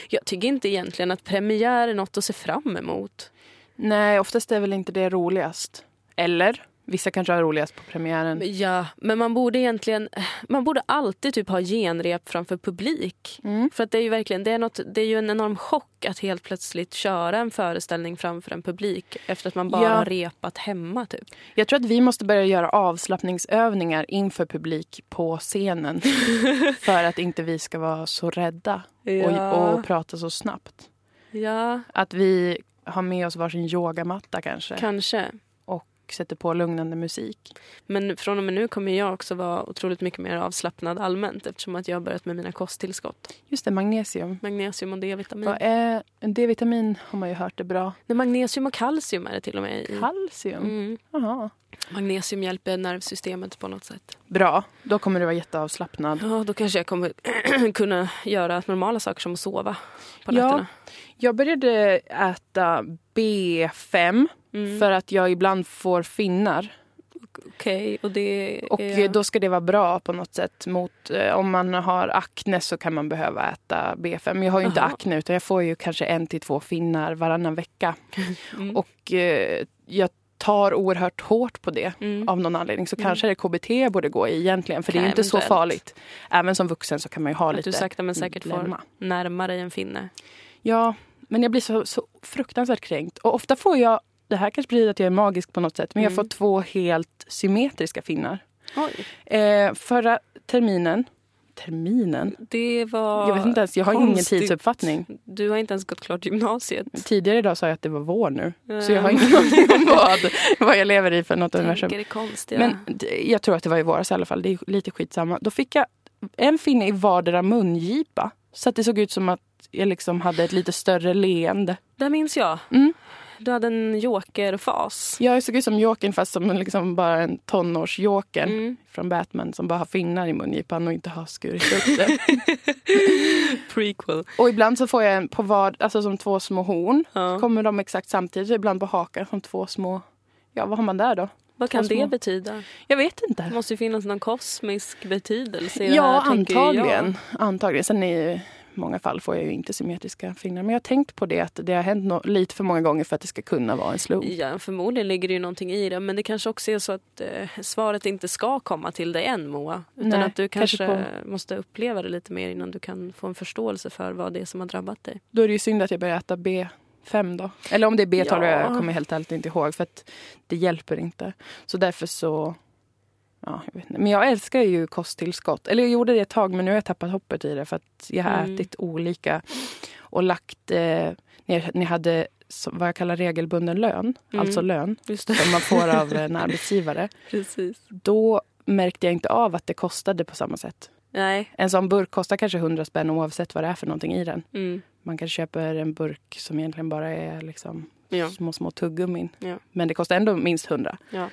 S1: Jag tycker inte egentligen att premiär är något att se fram emot.
S2: Nej, oftast är väl inte det roligast. Eller? Vissa kanske har roligast på premiären.
S1: Ja, men man borde egentligen... Man borde alltid typ ha genrep framför publik.
S2: Mm.
S1: För att det är ju verkligen, det är, något, det är ju en enorm chock att helt plötsligt köra en föreställning framför en publik efter att man bara
S2: Ja.
S1: har repat hemma typ.
S2: Jag tror att vi måste börja göra avslappningsövningar inför publik på
S1: (laughs)
S2: scenen för att inte vi ska vara så rädda och, och prata så snabbt.
S1: ja,
S2: Att vi har med oss varsin yogamatta kanske
S1: Eh. kanske.
S2: och sätter på lugnande musik.
S1: Men från och med nu kommer jag också vara otroligt mycket mer avslappnad allmänt eftersom att jag har börjat med mina kosttillskott.
S2: Just det, magnesium.
S1: Magnesium och D-vitamin.
S2: Vad är, en D-vitamin har man ju hört är bra.
S1: Nej, magnesium och kalcium är det till och med i.
S2: Kalcium?
S1: Mm.
S2: Jaha.
S1: Magnesium hjälper nervsystemet på något sätt.
S2: Bra, då kommer du vara jätteavslappnad.
S1: Ja, då kanske jag kommer (clears throat) kunna göra normala saker som att sova på
S2: Ja,
S1: nätterna.
S2: Jag började äta B5
S1: Mm.
S2: för att jag ibland får finnar.
S1: Okej, och det
S2: Och
S1: är...
S2: eh, då ska det vara bra på något sätt. Mot, eh, om man har akne så kan man behöva äta B5. Jag har ju inte
S1: Aha.
S2: akne utan jag får ju kanske en till två finnar varannan vecka.
S1: Mm.
S2: Och eh, jag tar oerhört hårt på det
S1: Mm.
S2: av någon anledning. Så kanske det KBT jag borde gå i egentligen. För det är ju inte så
S1: Eventuellt.
S2: farligt. Även som vuxen så kan man ju ha
S1: Att
S2: lite
S1: du sakta men säkert får
S2: dilemma.
S1: närma dig en finne.
S2: Ja, men jag blir så, så fruktansvärt kränkt. Och ofta får jag, det här kanske blir att jag är magisk på något sätt, men jag
S1: Mm.
S2: får två helt symmetriska finnar.
S1: Oj,
S2: Eh, förra terminen... Terminen?
S1: det var...
S2: jag vet inte ens, jag har ingen
S1: konstigt.
S2: tidsuppfattning.
S1: Du har inte ens gått klart gymnasiet.
S2: Tidigare idag sa jag att det var vår nu. Så jag har
S1: Eh, (laughs)
S2: ingen aning om vad, vad jag lever i för något universum.
S1: tänker det konstiga.
S2: Men d- jag tror att det var i våras i alla fall. Det är lite skitsamma. Då fick jag en finne i vardera mungipa. Så att det såg ut som att jag liksom hade ett lite större leende.
S1: Där minns jag.
S2: Mm.
S1: Du hade en jokerfas.
S2: Jag såg ut som Jokern fast som en liksom bara en tonårsjoker (laughs)
S1: Mm.
S2: från Batman som bara har finnar i mungipan och inte har skurit upp det.
S1: Prequel.
S2: och ibland så får jag en på var, alltså som två små horn.
S1: Ja.
S2: kommer de exakt samtidigt, ibland på hakan som två små Ja, vad har man där då?
S1: Vad kan
S2: Vad små-
S1: det betyda?
S2: Jag vet
S1: Det
S2: inte.
S1: måste ju finnas någon kosmisk betydelse i det
S2: Ja,
S1: här, tänker ju Jag.
S2: antagligen. antagligen. Sen i många fall får jag ju inte symmetriska fingrar. Men jag har tänkt på det att det har hänt no- lite för många gånger för att det ska kunna vara en slump.
S1: Ja, förmodligen ligger det ju någonting i det. Men det kanske också är så att eh, svaret inte ska komma till dig än, Moa. Utan
S2: Nej,
S1: att du kanske,
S2: kanske
S1: måste uppleva det lite mer innan du kan få en förståelse för vad det är som har drabbat dig.
S2: Då är det ju synd att jag börjar äta B5 då. Eller om det är B12,
S1: Ja.
S2: jag kommer helt ärligt inte ihåg för att det hjälper inte. Så därför så... Ja, jag vet inte. Men jag älskar ju kosttillskott. Eller jag gjorde det ett tag men nu har jag tappat hoppet i det för att jag har
S1: Mm.
S2: ätit olika och lagt... Eh, när, jag, när jag hade så- vad jag kallar regelbunden lön,
S1: Mm.
S2: alltså lön
S1: Just
S2: (laughs)
S1: det.
S2: som man får av eh, en arbetsgivare,
S1: Precis.
S2: då märkte jag inte av att det kostade på samma sätt.
S1: Nej.
S2: En sån burk kostar kanske 100 spänn oavsett vad det är för någonting i den.
S1: Mm.
S2: Man kanske köper en burk som egentligen bara är liksom
S1: Ja.
S2: små, små tuggummin.
S1: Ja.
S2: Men det kostar ändå minst 100.
S1: Ja.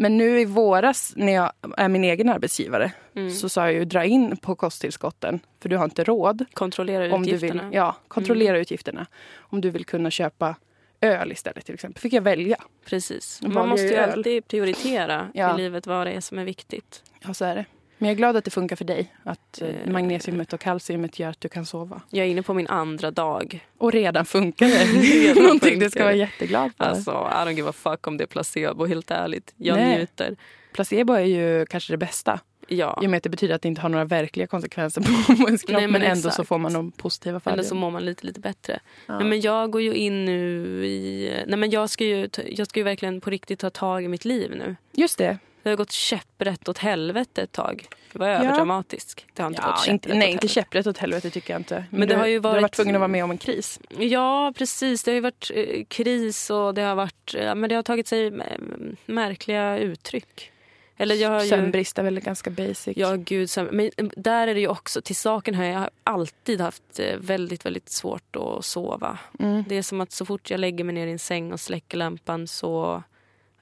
S2: Men nu i våras, när jag är min egen arbetsgivare,
S1: Mm.
S2: så sa jag ju dra in på kosttillskotten. För du har inte råd.
S1: Kontrollera
S2: Om du vill,
S1: utgifterna. Mm.
S2: ja, kontrollera utgifterna. Om du vill kunna köpa öl istället till exempel. Fick jag välja.
S1: Precis.
S2: Vad
S1: Man
S2: gör
S1: måste ju
S2: öl?
S1: alltid
S2: (laughs)
S1: prioritera
S2: Ja.
S1: i livet vad det är som är viktigt.
S2: Ja, så är det. Men jag är glad att det funkar för dig. Att eh,
S1: Eh.
S2: magnesiumet och kalciumet gör att du kan sova.
S1: Jag är inne på min andra dag.
S2: Och redan funkar
S1: (laughs)
S2: det.
S1: Redan
S2: (laughs) Någonting
S1: funkar
S2: du ska vara
S1: det.
S2: jätteglad för.
S1: Alltså, I don't give a fuck om det är placebo, helt ärligt. Jag
S2: Nej.
S1: njuter.
S2: Placebo är ju kanske det bästa.
S1: Ja.
S2: I och med att det betyder att det inte har några verkliga konsekvenser på (laughs) ens kropp.
S1: Nej, men
S2: men ändå så
S1: exakt.
S2: får man de positiva
S1: Eller så
S2: färgerna.
S1: mår man lite, lite bättre.
S2: Ja.
S1: Nej, men jag går ju in nu i... Nej, men jag, ska ju, ta- jag ska ju verkligen på riktigt ta tag i mitt liv nu.
S2: Just det.
S1: Det har gått käpprätt åt helvete ett tag. Det var
S2: Ja.
S1: överdramatisk. Det har inte gått käpprätt
S2: inte,
S1: åt
S2: nej, inte
S1: helvete.
S2: käpprätt åt helvete tycker jag inte. Men,
S1: det
S2: du,
S1: har ju
S2: du har
S1: varit-
S2: varit tvungen att vara med om en kris.
S1: Ja, precis. Det har ju varit eh, kris och det har, varit, eh, men det har tagit sig m- märkliga uttryck. Eller jag har ju,
S2: Sömnbrist är väl ganska basic.
S1: Ja, gud. sömn- Men eh, där är det ju också, till saken har jag alltid haft eh, väldigt, väldigt svårt att sova.
S2: Mm.
S1: Det är som att så fort jag lägger mig ner i en säng och släcker lampan så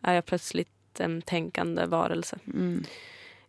S1: är jag plötsligt en tänkande varelse.
S2: Mm.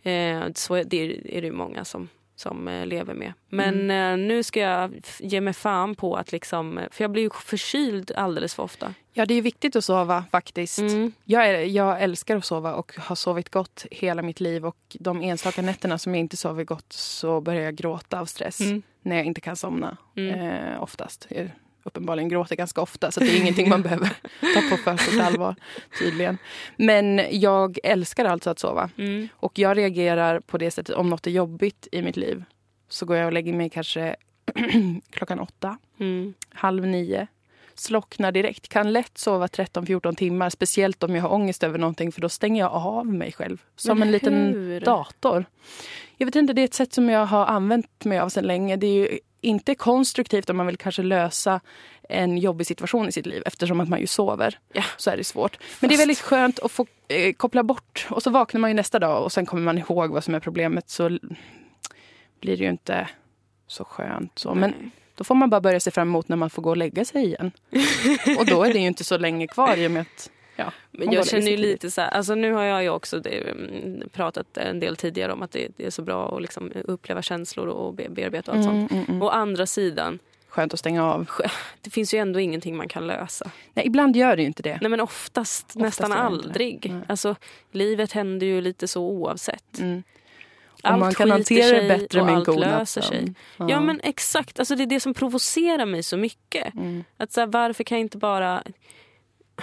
S1: Eh, så är det är det ju många som, som eh, lever med.
S2: Mm.
S1: Men eh, nu ska jag f- ge mig fan på att liksom... För jag blir ju förkyld alldeles för ofta.
S2: ja, det är viktigt att sova faktiskt.
S1: Mm.
S2: Jag, är, jag älskar att sova och har sovit gott hela mitt liv. Och de enstaka nätterna som jag inte sover gott så börjar jag gråta av stress.
S1: Mm.
S2: När jag inte kan somna.
S1: Mm.
S2: Eh, oftast. Jag uppenbarligen gråter ganska ofta så det är ingenting man behöver ta på för stort allvar. Tydligen. Men jag älskar alltså att sova.
S1: Mm.
S2: Och jag reagerar på det sättet om något är jobbigt i mitt liv. Så går jag och lägger mig kanske (clears throat) klockan åtta,
S1: Mm.
S2: halv nio. Slocknar direkt. Kan lätt sova 13-14 timmar. Speciellt om jag har ångest över någonting för då stänger jag av mig själv. Som
S1: Men
S2: en liten
S1: hur?
S2: dator. Jag vet inte, det är ett sätt som jag har använt mig av sedan länge. Det är ju inte konstruktivt om man vill kanske lösa en jobbig situation i sitt liv eftersom att man ju sover.
S1: Ja.
S2: Så är det svårt. Men det är väldigt skönt att få eh, koppla bort och så vaknar man ju nästa dag och sen kommer man ihåg vad som är problemet så l- blir det ju inte så skönt. Så. Men
S1: Nej.
S2: då får man bara börja se fram emot när man får gå och lägga
S1: (laughs)
S2: sig igen. och då är det ju inte så länge kvar i och med att ja,
S1: Men
S2: man går
S1: jag
S2: och lägger
S1: känner
S2: sig
S1: ju
S2: tidigt.
S1: lite så här, alltså nu har jag ju också det, mm, pratat en del tidigare om att det, det är så bra att liksom uppleva känslor och be, bearbeta och allt sånt.
S2: Mm, mm, mm.
S1: Å andra sidan,
S2: Skönt att stänga av.
S1: det finns ju ändå ingenting man kan lösa.
S2: Nej, ibland gör det ju inte det.
S1: Nej men oftast, nästan
S2: är det inte det.
S1: aldrig.
S2: Nej.
S1: Alltså, livet händer ju lite så oavsett.
S2: Mm.
S1: Allt
S2: Om man kan
S1: skiter
S2: hantera
S1: sig
S2: det bättre
S1: och
S2: med en
S1: allt
S2: god
S1: löser
S2: nattsömn.
S1: sig. Ja men exakt, alltså, det är det som provocerar mig så mycket.
S2: Mm.
S1: Att så här, varför kan jag inte bara...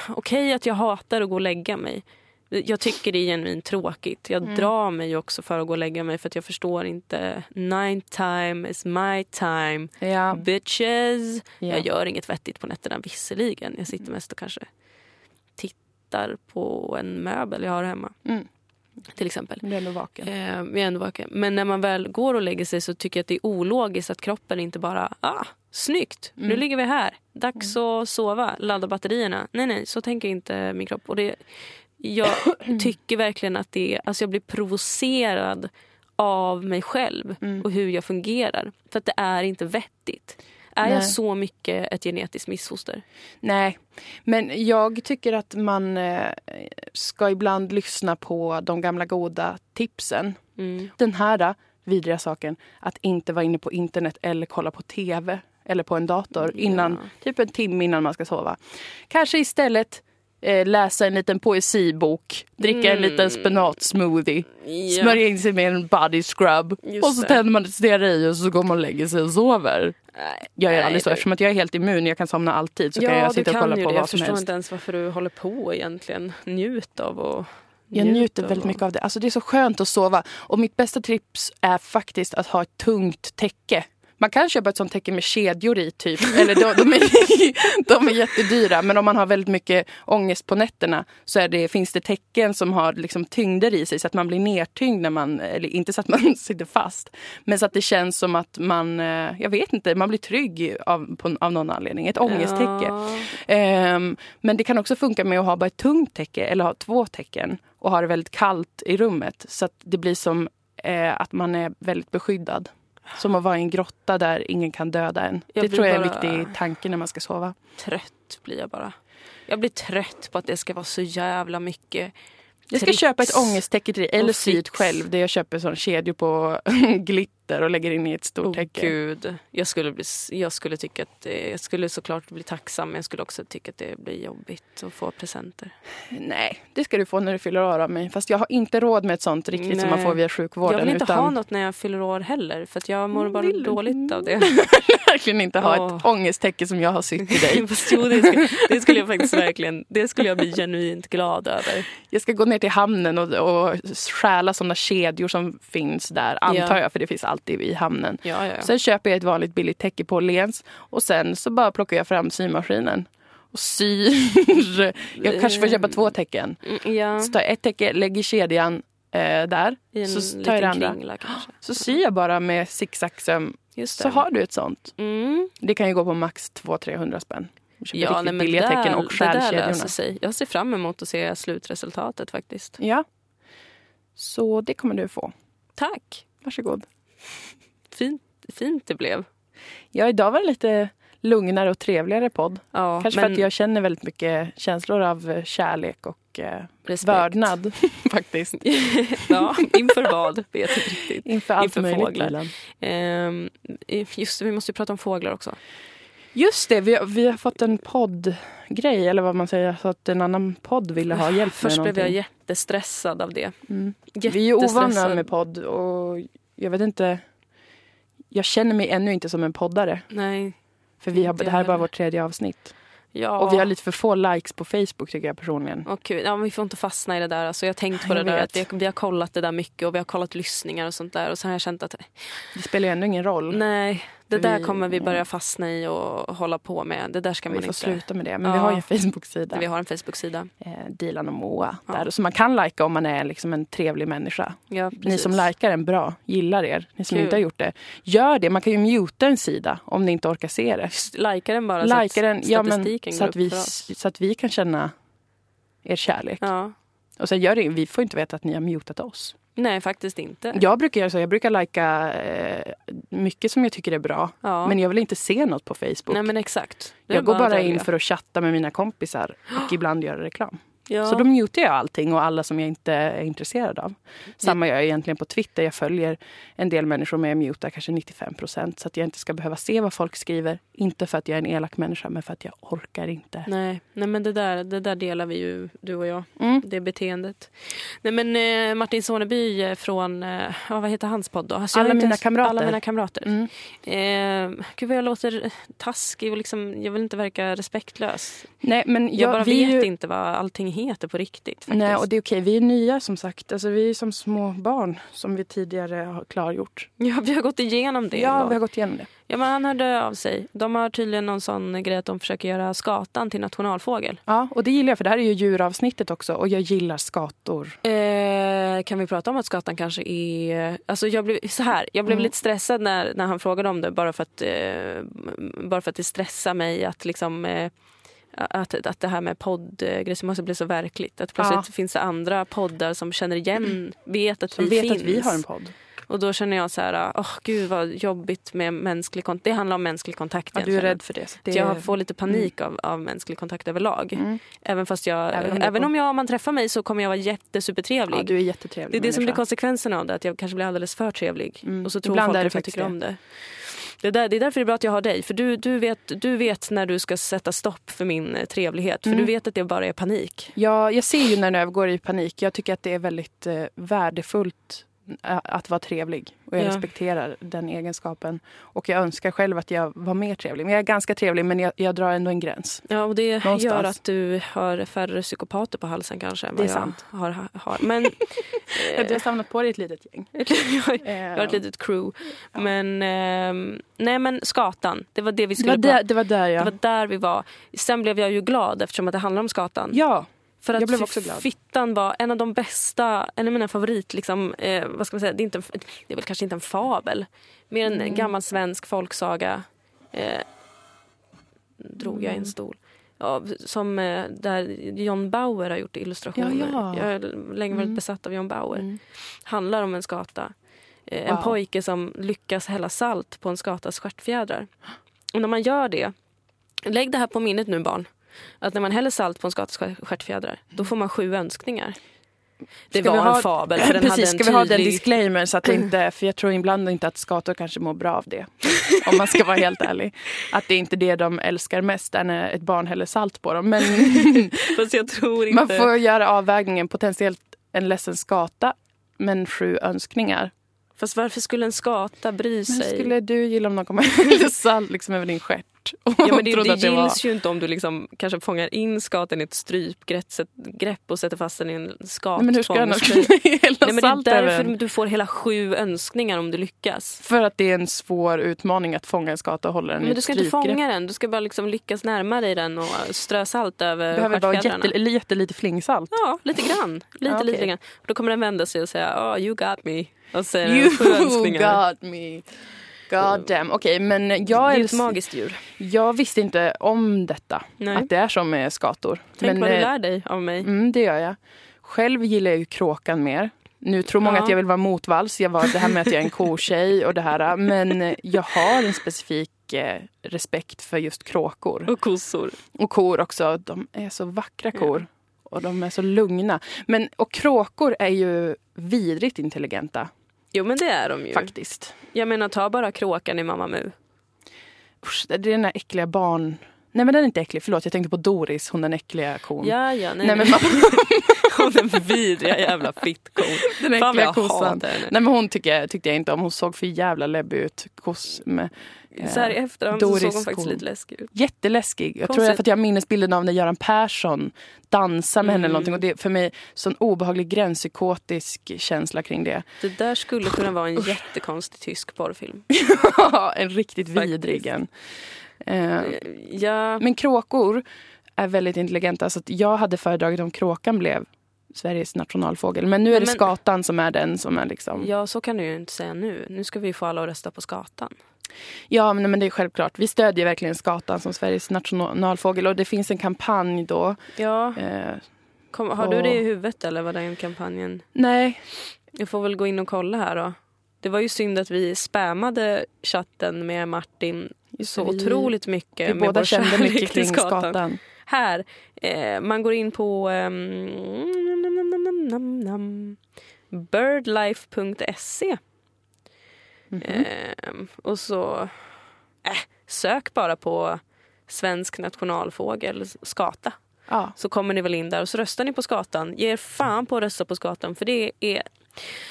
S1: Okej att jag hatar att gå och lägga mig. Jag tycker det är genuint tråkigt. Jag
S2: Mm.
S1: drar mig också för att gå och lägga mig för att jag förstår inte. Nine time is my time.
S2: Ja,
S1: Bitches.
S2: ja. Mm.
S1: Jag gör inget vettigt på nätterna visserligen. Jag sitter mest och kanske tittar på en möbel jag har hemma.
S2: Mm.
S1: Till exempel.
S2: Du är ändå vaken.
S1: Eh, jag är ändå vaken. Men när man väl går och lägger sig så tycker jag att det är ologiskt att kroppen inte bara... Ah, snyggt!
S2: Mm.
S1: Nu ligger vi här. Dags att sova. Ladda batterierna. Nej, nej, så tänker inte min kropp. Och det,
S2: (clears throat)
S1: jag tycker verkligen att det är... Alltså jag blir provocerad av mig själv
S2: Mm.
S1: och hur jag fungerar. För att det är inte vettigt. Är
S2: Nej.
S1: jag så mycket ett genetiskt missfoster?
S2: Nej, men jag tycker att man eh, ska ibland lyssna på de gamla goda tipsen.
S1: Mm.
S2: Den här eh, vidriga saken, att inte vara inne på internet eller kolla på tv eller på en dator innan,
S1: Ja.
S2: typ en timme innan man ska sova. Kanske istället eh, läsa en liten poesibok, dricka en liten spenatsmoothie,
S1: Mm. Ja.
S2: smörja in sig med en body scrub
S1: Just
S2: och så
S1: det.
S2: tänder man ett stearin och så går man och lägger sig och sover.
S1: Nej,
S2: Jag gör
S1: nej,
S2: aldrig så
S1: du-
S2: eftersom att jag är helt immun, jag kan somna alltid så kan jag sitta och kolla på
S1: det.
S2: vad
S1: Jag
S2: som
S1: förstår
S2: helst.
S1: inte ens varför du håller på egentligen. Njut av och
S2: Jag njuter
S1: av
S2: väldigt
S1: och-
S2: mycket av det. Alltså det är så skönt att sova. Och mitt bästa tips är faktiskt att ha ett tungt täcke. Man kan köpa ett sånt täcke med kedjor i (laughs) typ. Eller de, de, är, (laughs) de är jättedyra. Men om man har väldigt mycket ångest på nätterna så är det, finns det täcken som har liksom tyngder i sig så att man blir nertyngd när man, eller inte så att man (laughs) sitter fast. Men så att det känns som att man, eh, jag vet inte, man blir trygg av, på, av någon anledning. Ett ångesttäcke.
S1: Ja.
S2: Ehm, men det kan också funka med att ha bara ett tungt täcke eller ha två täcken och ha det väldigt kallt i rummet så att det blir som eh, att man är väldigt beskyddad. Som att vara i en grotta där ingen kan döda en.
S1: Jag
S2: det
S1: blir
S2: tror jag är en
S1: bara-
S2: viktig tanke när man ska sova.
S1: Trött blir jag bara. Jag blir trött på att det ska vara så jävla mycket
S2: Jag ska
S1: tricks.
S2: köpa ett ångesttäcke till dig, eller
S1: och
S2: sy ett
S1: fix.
S2: själv. Det jag köper sån kedjor på (laughs) glitter och lägger in i ett stort
S1: Åh
S2: täcke.
S1: gud. Jag skulle, bli, s- jag skulle tycka att det, jag skulle såklart bli tacksam men jag skulle också tycka att det blir jobbigt att få presenter.
S2: Nej, det ska du få när du fyller år av mig. Fast jag har inte råd med ett sånt riktigt som man
S1: Nej.
S2: får via sjukvården.
S1: jag vill inte
S2: utan...
S1: ha något när jag fyller år heller för att jag mår
S2: Mm,
S1: bara
S2: vill du?
S1: dåligt av det.
S2: (laughs)
S1: (laughs)
S2: verkligen inte ha ett
S1: Åh.
S2: ångesttäcke som jag har sytt till dig.
S1: Fast jo, det, skulle, det skulle jag faktiskt verkligen, det skulle jag bli genuint glad över.
S2: Jag ska gå ner till hamnen och, och stjäla såna kedjor som finns där, antar
S1: Ja.
S2: jag, för det finns alltid i hamnen.
S1: Ja, ja, ja.
S2: Sen köper jag ett vanligt billigt täcke på Åhléns och sen så bara plockar jag fram symaskinen och syr. (laughs) jag kanske får köpa två täcken.
S1: Mm, ja.
S2: Så tar jag ett täcke, lägger kedjan eh, där,
S1: I en
S2: så tar jag det
S1: liten
S2: andra.
S1: kringla kanske.
S2: Så syr jag bara med zigzagsöm.
S1: Just
S2: Så
S1: det.
S2: har du ett sånt.
S1: Mm.
S2: Det kan ju gå på max 200-300 spänn. Köper
S1: Ja,
S2: riktigt
S1: nej, men det
S2: billiga täcken
S1: där,
S2: och
S1: det
S2: stjäl
S1: där
S2: kedjorna.
S1: löser sig. Jag ser fram emot att se slutresultatet faktiskt.
S2: Ja. Så det kommer du få.
S1: Tack!
S2: Varsågod.
S1: Fint, fint det blev.
S2: Ja, idag var det lite lugnare och trevligare podd.
S1: Ja,
S2: Kanske
S1: men
S2: för att jag känner väldigt mycket känslor av eh, kärlek och eh,
S1: respekt. (laughs)
S2: vördnad faktiskt.
S1: ja, inför vad? Vet inte riktigt.
S2: Inför allt
S1: Inför
S2: möjligt.
S1: fåglar.
S2: Dylan.
S1: Ehm, just det, vi måste ju prata om fåglar också.
S2: Just det, vi, har- vi har fått en poddgrej, eller vad man säger, så att en annan podd ville ha hjälp
S1: Ah, Först
S2: med
S1: blev jag
S2: någonting.
S1: jättestressad av det.
S2: Mm. Vi är ju ovana
S1: Jättestressad.
S2: med podd och jag vet inte, jag känner mig ännu inte som en poddare.
S1: Nej.
S2: För vi har,
S1: Inte
S2: det
S1: Mm, jag
S2: här är bara
S1: heller.
S2: vårt tredje avsnitt.
S1: Ja.
S2: Och vi har lite för få likes på Facebook tycker jag personligen.
S1: Och gud, ja, men vi får inte fastna i det där. Alltså, jag har tänkt på
S2: Jag
S1: det där.
S2: vet.
S1: Att vi, vi har kollat det där mycket och vi har kollat lyssningar och sånt där. Och sen har jag känt att
S2: Det spelar ju ändå ingen roll.
S1: nej, det
S2: För
S1: där
S2: vi-
S1: kommer vi börja fastna i och hålla på med. Det där ska
S2: vi
S1: man
S2: får
S1: inte.
S2: sluta med det. Men
S1: Ja.
S2: vi har ju en Facebook-sida,
S1: Vi har en Facebook-sida.
S2: eh, Dilan och Moa.
S1: Ja.
S2: Där, så man kan lajka om man är liksom en trevlig människa.
S1: Ja,
S2: Ni
S1: precis.
S2: som likar den, bra. Gillar er. Ni som
S1: Kul.
S2: inte har gjort det, gör det. Man kan ju muta en sida om ni inte orkar se det.
S1: Just, Likea den bara
S2: Lajka
S1: så
S2: den
S1: att
S2: ja, men,
S1: statistiken
S2: så,
S1: går
S2: att
S1: upp
S2: vi,
S1: för oss.
S2: så att vi kan känna er kärlek.
S1: Ja.
S2: Och sen gör det, vi får inte veta att ni har mutat oss.
S1: Nej, faktiskt inte.
S2: Jag brukar göra så, jag brukar lajka eh, mycket som jag tycker är bra.
S1: Ja.
S2: Men jag vill inte se något på Facebook.
S1: Nej, men exakt. Det är
S2: jag går bara
S1: att
S2: in
S1: välja.
S2: för att chatta med mina kompisar
S1: (gasps)
S2: och ibland göra reklam.
S1: Ja.
S2: Så då mutar jag allting och alla som jag inte är intresserad av. Samma gör jag egentligen på Twitter. Jag följer en del människor men jag mutar kanske 95 procent så att jag inte ska behöva se vad folk skriver. Inte för att jag är en elak människa men för att jag orkar inte.
S1: Nej, nej men det där, det där delar vi ju, du och jag.
S2: Mm.
S1: Det beteendet. Nej men eh, Martin Soneby eh, från, eh, ja, vad heter hans podd då? Alltså, jag
S2: Alla
S1: vet inte
S2: mina
S1: ens-
S2: kamrater.
S1: Alla mina kamrater.
S2: Mm.
S1: Eh, gud vad jag låter taskig och liksom, jag vill inte verka respektlös.
S2: Nej men
S1: Jag,
S2: jag,
S1: bara
S2: vi är
S1: vet
S2: ju,
S1: inte vad allting heter på riktigt. Faktiskt.
S2: Nej och det är okej, vi är nya som sagt. Alltså, vi är som små barn som vi tidigare har klargjort.
S1: ja, vi har gått igenom det.
S2: ja
S1: ändå.
S2: vi har gått igenom det.
S1: ja, men han hörde av sig. De har tydligen någon sån grej att de försöker göra skatan till nationalfågel.
S2: Ja och det gillar jag för det här är ju djuravsnittet också och jag gillar skator.
S1: Eh, kan vi prata om att skatan kanske är... Alltså jag blev, så här, jag blev
S2: Mm.
S1: lite stressad när, när han frågade om det bara för att, eh, bara för att det stressar mig att liksom... Eh, att, att det här med poddgrejer måste bli så verkligt. Att plötsligt
S2: Ja. Mm.
S1: finns det andra poddar som känner igen, vet att
S2: Som
S1: vi
S2: vet
S1: finns.
S2: att vi har en podd.
S1: Och då känner jag så här, åh gud vad jobbigt med mänsklig kontakt. Det handlar om mänsklig kontakt
S2: Ja, du är
S1: egentligen.
S2: rädd för det. så det
S1: Att Jag får lite panik av, av mänsklig kontakt överlag.
S2: Mm.
S1: Även fast jag,
S2: Även om
S1: även,
S2: det-
S1: om, jag, om man träffar mig så kommer jag vara jättesupertrevlig.
S2: Ja, du är jättetrevlig
S1: Det är det som
S2: människa.
S1: blir konsekvensen av det, att jag kanske blir alldeles för trevlig.
S2: Mm.
S1: Och så tror
S2: Ibland
S1: folk
S2: är det
S1: att jag
S2: faktiskt
S1: tycker
S2: det.
S1: om det. Det, där, det är därför det är bra att jag har dig. För du, du, vet, du vet när du ska sätta stopp för min eh, trevlighet. För
S2: Mm.
S1: du vet att det bara är panik.
S2: Ja, jag ser ju när den övergår i panik. Jag tycker att det är väldigt eh, värdefullt eh, att vara trevlig. Och jag
S1: Ja.
S2: respekterar den egenskapen. Och jag önskar själv att jag var mer trevlig. Men jag är ganska trevlig, men jag, jag drar ändå en gräns.
S1: Ja, och det
S2: Någonstans.
S1: gör att du har färre psykopater på halsen kanske. Än
S2: Det
S1: vad
S2: är sant.
S1: Jag har, har. Men,
S2: Du har samlat på dig ett litet gäng.
S1: eh, Jag har ett litet crew. Men, ehm, nej men skatan, det var det vi
S2: det,
S1: skulle
S2: var där,
S1: prata
S2: det var där
S1: det
S2: jag...
S1: var där vi var. Sen blev jag ju glad eftersom att det handlar om skatan.
S2: Ja,
S1: För att
S2: jag blev
S1: fi-
S2: också glad.
S1: Fittan var en av de bästa, en av mina favorit, liksom, eh, vad ska man säga, det är, inte en, f- det är väl kanske inte en fabel, mer en
S2: Mm.
S1: gammal svensk folksaga. Eh, drog jag i
S2: Mm.
S1: en stol. Ja, som eh, där John Bauer har gjort illustrationer.
S2: Ja, ja.
S1: Jag har länge varit
S2: Mm.
S1: besatt av John Bauer.
S2: Mm.
S1: Handlar om en skata. Eh,
S2: Wow.
S1: En pojke som lyckas hälla salt på en skatas stjärtfjädrar. Och när man gör det, lägg det här på minnet nu barn. Att när man häller salt på en skatas stjär- stjärtfjädrar, då får man sju önskningar. Det
S2: Ska vi
S1: var
S2: ha-
S1: en fabel
S2: (clears throat)
S1: för den
S2: Precis,
S1: hade
S2: ska
S1: en
S2: vi ha den
S1: tydlig...
S2: disclaimer? Så att
S1: (laughs)
S2: det inte, för jag tror ibland inte att skator kanske mår bra av det. Om man ska vara helt ärlig. Att det är inte det de älskar mest, är när ett barn häller salt på dem. Men
S1: Fast jag tror inte...
S2: man får göra avvägningen, potentiellt en ledsen skata, men sju önskningar.
S1: Fast varför skulle en skata bry
S2: Men
S1: sig?
S2: Hur skulle du gilla om någon kom
S1: (laughs)
S2: och hällde salt liksom över din stjärt? Och
S1: Ja, men det,
S2: (laughs) trodde
S1: det
S2: att det var...
S1: gills ju inte om du liksom kanske fångar in skatan i ett strypgrepp sätt- grepp och sätter fast den i en skat.
S2: Nej, men hur ska jag annars
S1: tvångsgrej.
S2: kunna (laughs) hälla
S1: Nej, men
S2: salt
S1: det är
S2: över
S1: därför
S2: en?
S1: du får hela sju önskningar om du lyckas.
S2: För att det är en svår utmaning att fånga en skata och hålla den i
S1: Men
S2: ett
S1: du ska inte
S2: strypgrepp.
S1: fånga den, du ska bara liksom lyckas närma dig den och strö salt över
S2: behöver bara
S1: stjärtfjädrarna.
S2: jätte, jättelite flingsalt.
S1: Ja, lite grann. Lite,
S2: Ja, okej.
S1: lite grann. Och då kommer den vända sig och säga oh, you got me. Och säger den Eh,
S2: (laughs)
S1: sju
S2: You
S1: önskningar. Oh.
S2: got me. God damn. Okej, men
S1: Det
S2: jag,
S1: är ju
S2: är,
S1: ett magiskt djur.
S2: jag visste inte om detta.
S1: Nej.
S2: Att det är som med skator.
S1: Tänk vad du
S2: eh,
S1: lär dig av mig.
S2: mm, det gör jag. Själv gillar jag ju kråkan mer. Nu tror många
S1: Ja.
S2: att jag vill vara motvalls. Jag var det här med att jag är en kotjej och det här. Men eh, jag har en specifik eh, respekt för just kråkor.
S1: Och kossor.
S2: Och kor också. De är så vackra kor. Och de är så lugna. Men, och kråkor är ju vidrigt intelligenta
S1: Jo men det är de ju.
S2: faktiskt.
S1: Jag menar ta bara kråkan i Mamma Mu.
S2: Usch, det är den där äckliga barn... Nej men den är inte äcklig, förlåt jag tänker på Doris, hon den äckliga kon.
S1: Ja ja, nej, (laughs)
S2: Nej, men
S1: nej.
S2: (laughs)
S1: Hon den vidriga jävla fittkon.
S2: Den
S1: Fan vad
S2: äckliga
S1: jag
S2: kossan.
S1: hatar henne.
S2: Nej men hon tyckte jag, tyckte jag inte om, hon såg för jävla läbbig ut. Koss med.
S1: Så här i efterhand så
S2: Doris
S1: såg hon faktiskt
S2: kon.
S1: lite läskig ut.
S2: Jätteläskig. Jag tror
S1: Konstigt.
S2: jag, för att jag minns bilden av när Göran Persson dansar med henne eller
S1: Mm.
S2: någonting och det är för mig sån obehaglig gränspsykotisk känsla
S1: (laughs)
S2: kring det.
S1: Det där skulle kunna vara en jättekonstig tysk porrfilm.
S2: en riktigt vidrig en. Eh,
S1: Ja,
S2: Men kråkor är väldigt intelligenta. Så att jag hade föredragit om kråkan blev Sveriges nationalfågel. Men nu är det
S1: Men-
S2: skatan som är den som är liksom...
S1: ja, så kan du ju inte säga nu. Nu ska vi få alla att rösta på skatan.
S2: Ja, men, men det är självklart. Vi stödjer verkligen skatan som Sveriges nationalfågel. Och det finns en kampanj då.
S1: Ja,
S2: Eh,
S1: kom, har
S2: Åh.
S1: du det i huvudet eller vad den kampanjen...
S2: nej,
S1: Jag får väl gå in och kolla här då. Det var ju synd att vi spammade chatten med Martin
S2: just
S1: så
S2: det, vi,
S1: otroligt mycket.
S2: Vi
S1: med
S2: båda
S1: vår
S2: kände
S1: kärlek
S2: mycket
S1: till
S2: kring skatan.
S1: Här, eh, man går in på ehm, nam, nam, nam, nam, nam, nam, birdlife.se
S2: Mhm.
S1: Ehm, och så eh, sök bara på svensk nationalfågel, skata.
S2: Ja.
S1: Så kommer ni väl in där och så röstar ni på skatan. Ge er fan på att rösta på skatan för det är...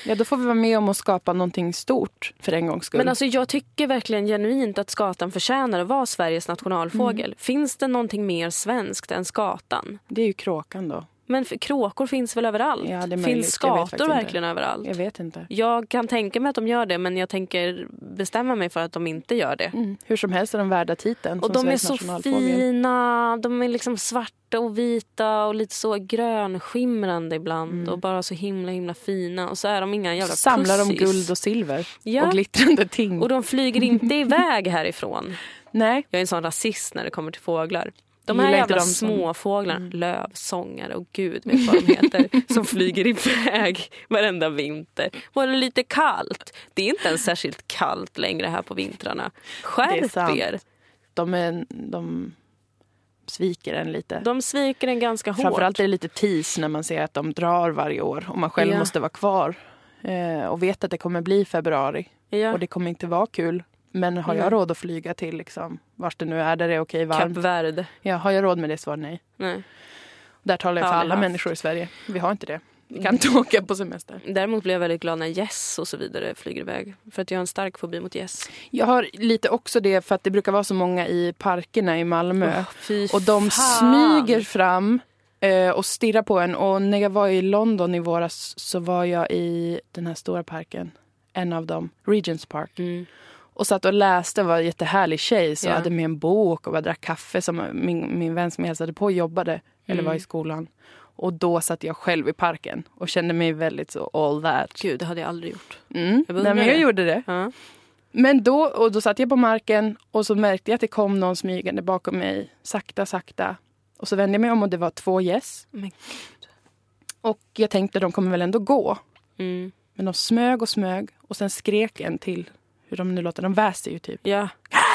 S2: ja, då får vi vara med om att skapa någonting stort för en gångs skull.
S1: Men alltså jag tycker verkligen genuint att skatan förtjänar att vara Sveriges nationalfågel.
S2: Mm.
S1: Finns det någonting mer svenskt än skatan?
S2: det är ju kråkan då.
S1: Men för, kråkor finns väl överallt?
S2: Ja, det är möjligt.
S1: finns
S2: Jag vet faktiskt
S1: skator
S2: inte.
S1: verkligen överallt?
S2: Jag vet inte.
S1: Jag kan tänka mig att de gör det men jag tänker bestämma mig för att de inte gör det.
S2: Mm. Hur som helst är de värda titeln
S1: Och
S2: som
S1: de är
S2: Sveriges
S1: så
S2: nationalfågel.
S1: fina. De är liksom svarta och vita och lite så grönskimrande ibland. Och bara så himla himla fina. Och så är de inga jävla
S2: Mm. Samlar de
S1: pussies.
S2: guld och silver
S1: Ja.
S2: och glittrande ting.
S1: Och de flyger inte iväg härifrån.
S2: Nej.
S1: Jag är en sån rasist när det kommer till fåglar. De
S2: Gillar
S1: här
S2: inte
S1: jävla
S2: de som- Mm.
S1: småfåglarna, lövsångare och gud vet vad de
S2: (laughs)
S1: heter, som flyger iväg varenda vinter. Var det lite kallt? Det är inte ens särskilt kallt längre här på vintrarna.
S2: Det är
S1: Skärp
S2: sant.
S1: er!
S2: De, är, de sviker en lite.
S1: De sviker en ganska hårt.
S2: Framförallt är det lite tis när man ser att de drar varje år och man själv
S1: Ja.
S2: måste vara kvar eh, och vet att det kommer bli februari
S1: ja.
S2: och det kommer inte vara kul Men har
S1: Mm.
S2: jag råd att flyga till liksom, vars det nu är där det är okej
S1: Kap
S2: varmt?
S1: Verde.
S2: Ja, har jag råd med det? Svar nej.
S1: Nej.
S2: Där talar jag för
S1: Ja,
S2: alla
S1: haft.
S2: människor i Sverige. Vi har inte det. Vi kan inte (laughs) åka på semester.
S1: Däremot blir jag väldigt glad när gäss och så vidare flyger iväg. För att jag har en stark fobi mot gäss.
S2: Jag har lite också det för att det brukar vara så många i parkerna i Malmö.
S1: Åh, fy
S2: Och de
S1: fan.
S2: smyger fram eh, och stirrar på en. Och när jag var i London i våras så var jag i den här stora parken. En av dem, Regents Park.
S1: Mm.
S2: Och satt och läste, var en jättehärlig tjej. Så
S1: Ja.
S2: jag hade med en bok och bara drack kaffe. Som min, min vän som jag hälsade på jobbade, eller var i skolan. Och då satt jag själv i parken och kände mig väldigt så all that.
S1: Gud, det hade jag aldrig gjort.
S2: Mm.
S1: Jag
S2: Jag,
S1: beundrar
S2: Nej, men jag
S1: det.
S2: gjorde det.
S1: Ja.
S2: Men då, och då satt jag på marken och så märkte jag att det kom någon smygande bakom mig. Sakta, sakta. Och så vände jag mig om och det var två gäss.
S1: Men
S2: Och jag tänkte de kommer väl ändå gå.
S1: Mm.
S2: Men de smög och smög och sen skrek en till. Hur de nu låter. De väser ju typ.
S1: Ja. (laughs)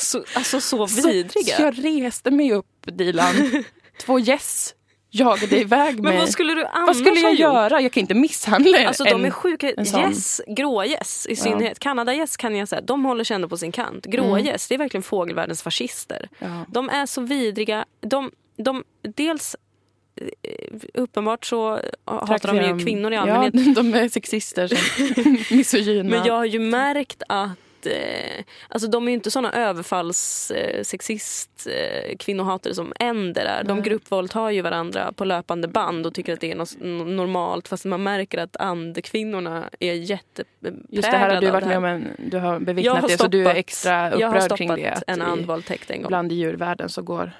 S1: Så, alltså så
S2: Så,
S1: vidriga.
S2: så jag reste mig upp, Dilan.
S1: (laughs)
S2: två gäss jagade iväg mig.
S1: Men vad skulle du annars
S2: Vad skulle jag
S1: ha gjort?
S2: göra? Jag kan inte misshandla en.
S1: Alltså de är
S2: en-
S1: sjuka.
S2: en sån.
S1: Gäss, grågäss i synnerhet. Kanadagäss kan jag säga, de håller sig ändå på sin kant. Grågäss, det är verkligen fågelvärldens fascister.
S2: Ja.
S1: De är så vidriga. De, de, dels eh, uppenbart så eh, hatar de ju
S2: Trakterar-
S1: kvinnor i allmänhet.
S2: Ja, (laughs) de är sexister. som- (laughs) Misogyna.
S1: Men jag har ju märkt att eh, alltså de är ju inte såna överfalls eh, sexist eh, kvinnohatare som änder är. De gruppvåldtar ju varandra på löpande band och tycker att det är något n- normalt fast man märker att andekvinnorna är jättepräglade
S2: Just det här har du
S1: av
S2: varit
S1: här.
S2: med om, en, du har
S1: Jag har
S2: bevittnat det så du är
S1: stoppat-
S2: extra
S1: Jag har
S2: upprörd
S1: stoppat
S2: kring det. att
S1: en
S2: i-
S1: andvåldtäkt en gång.
S2: Bland i djurvärlden så går,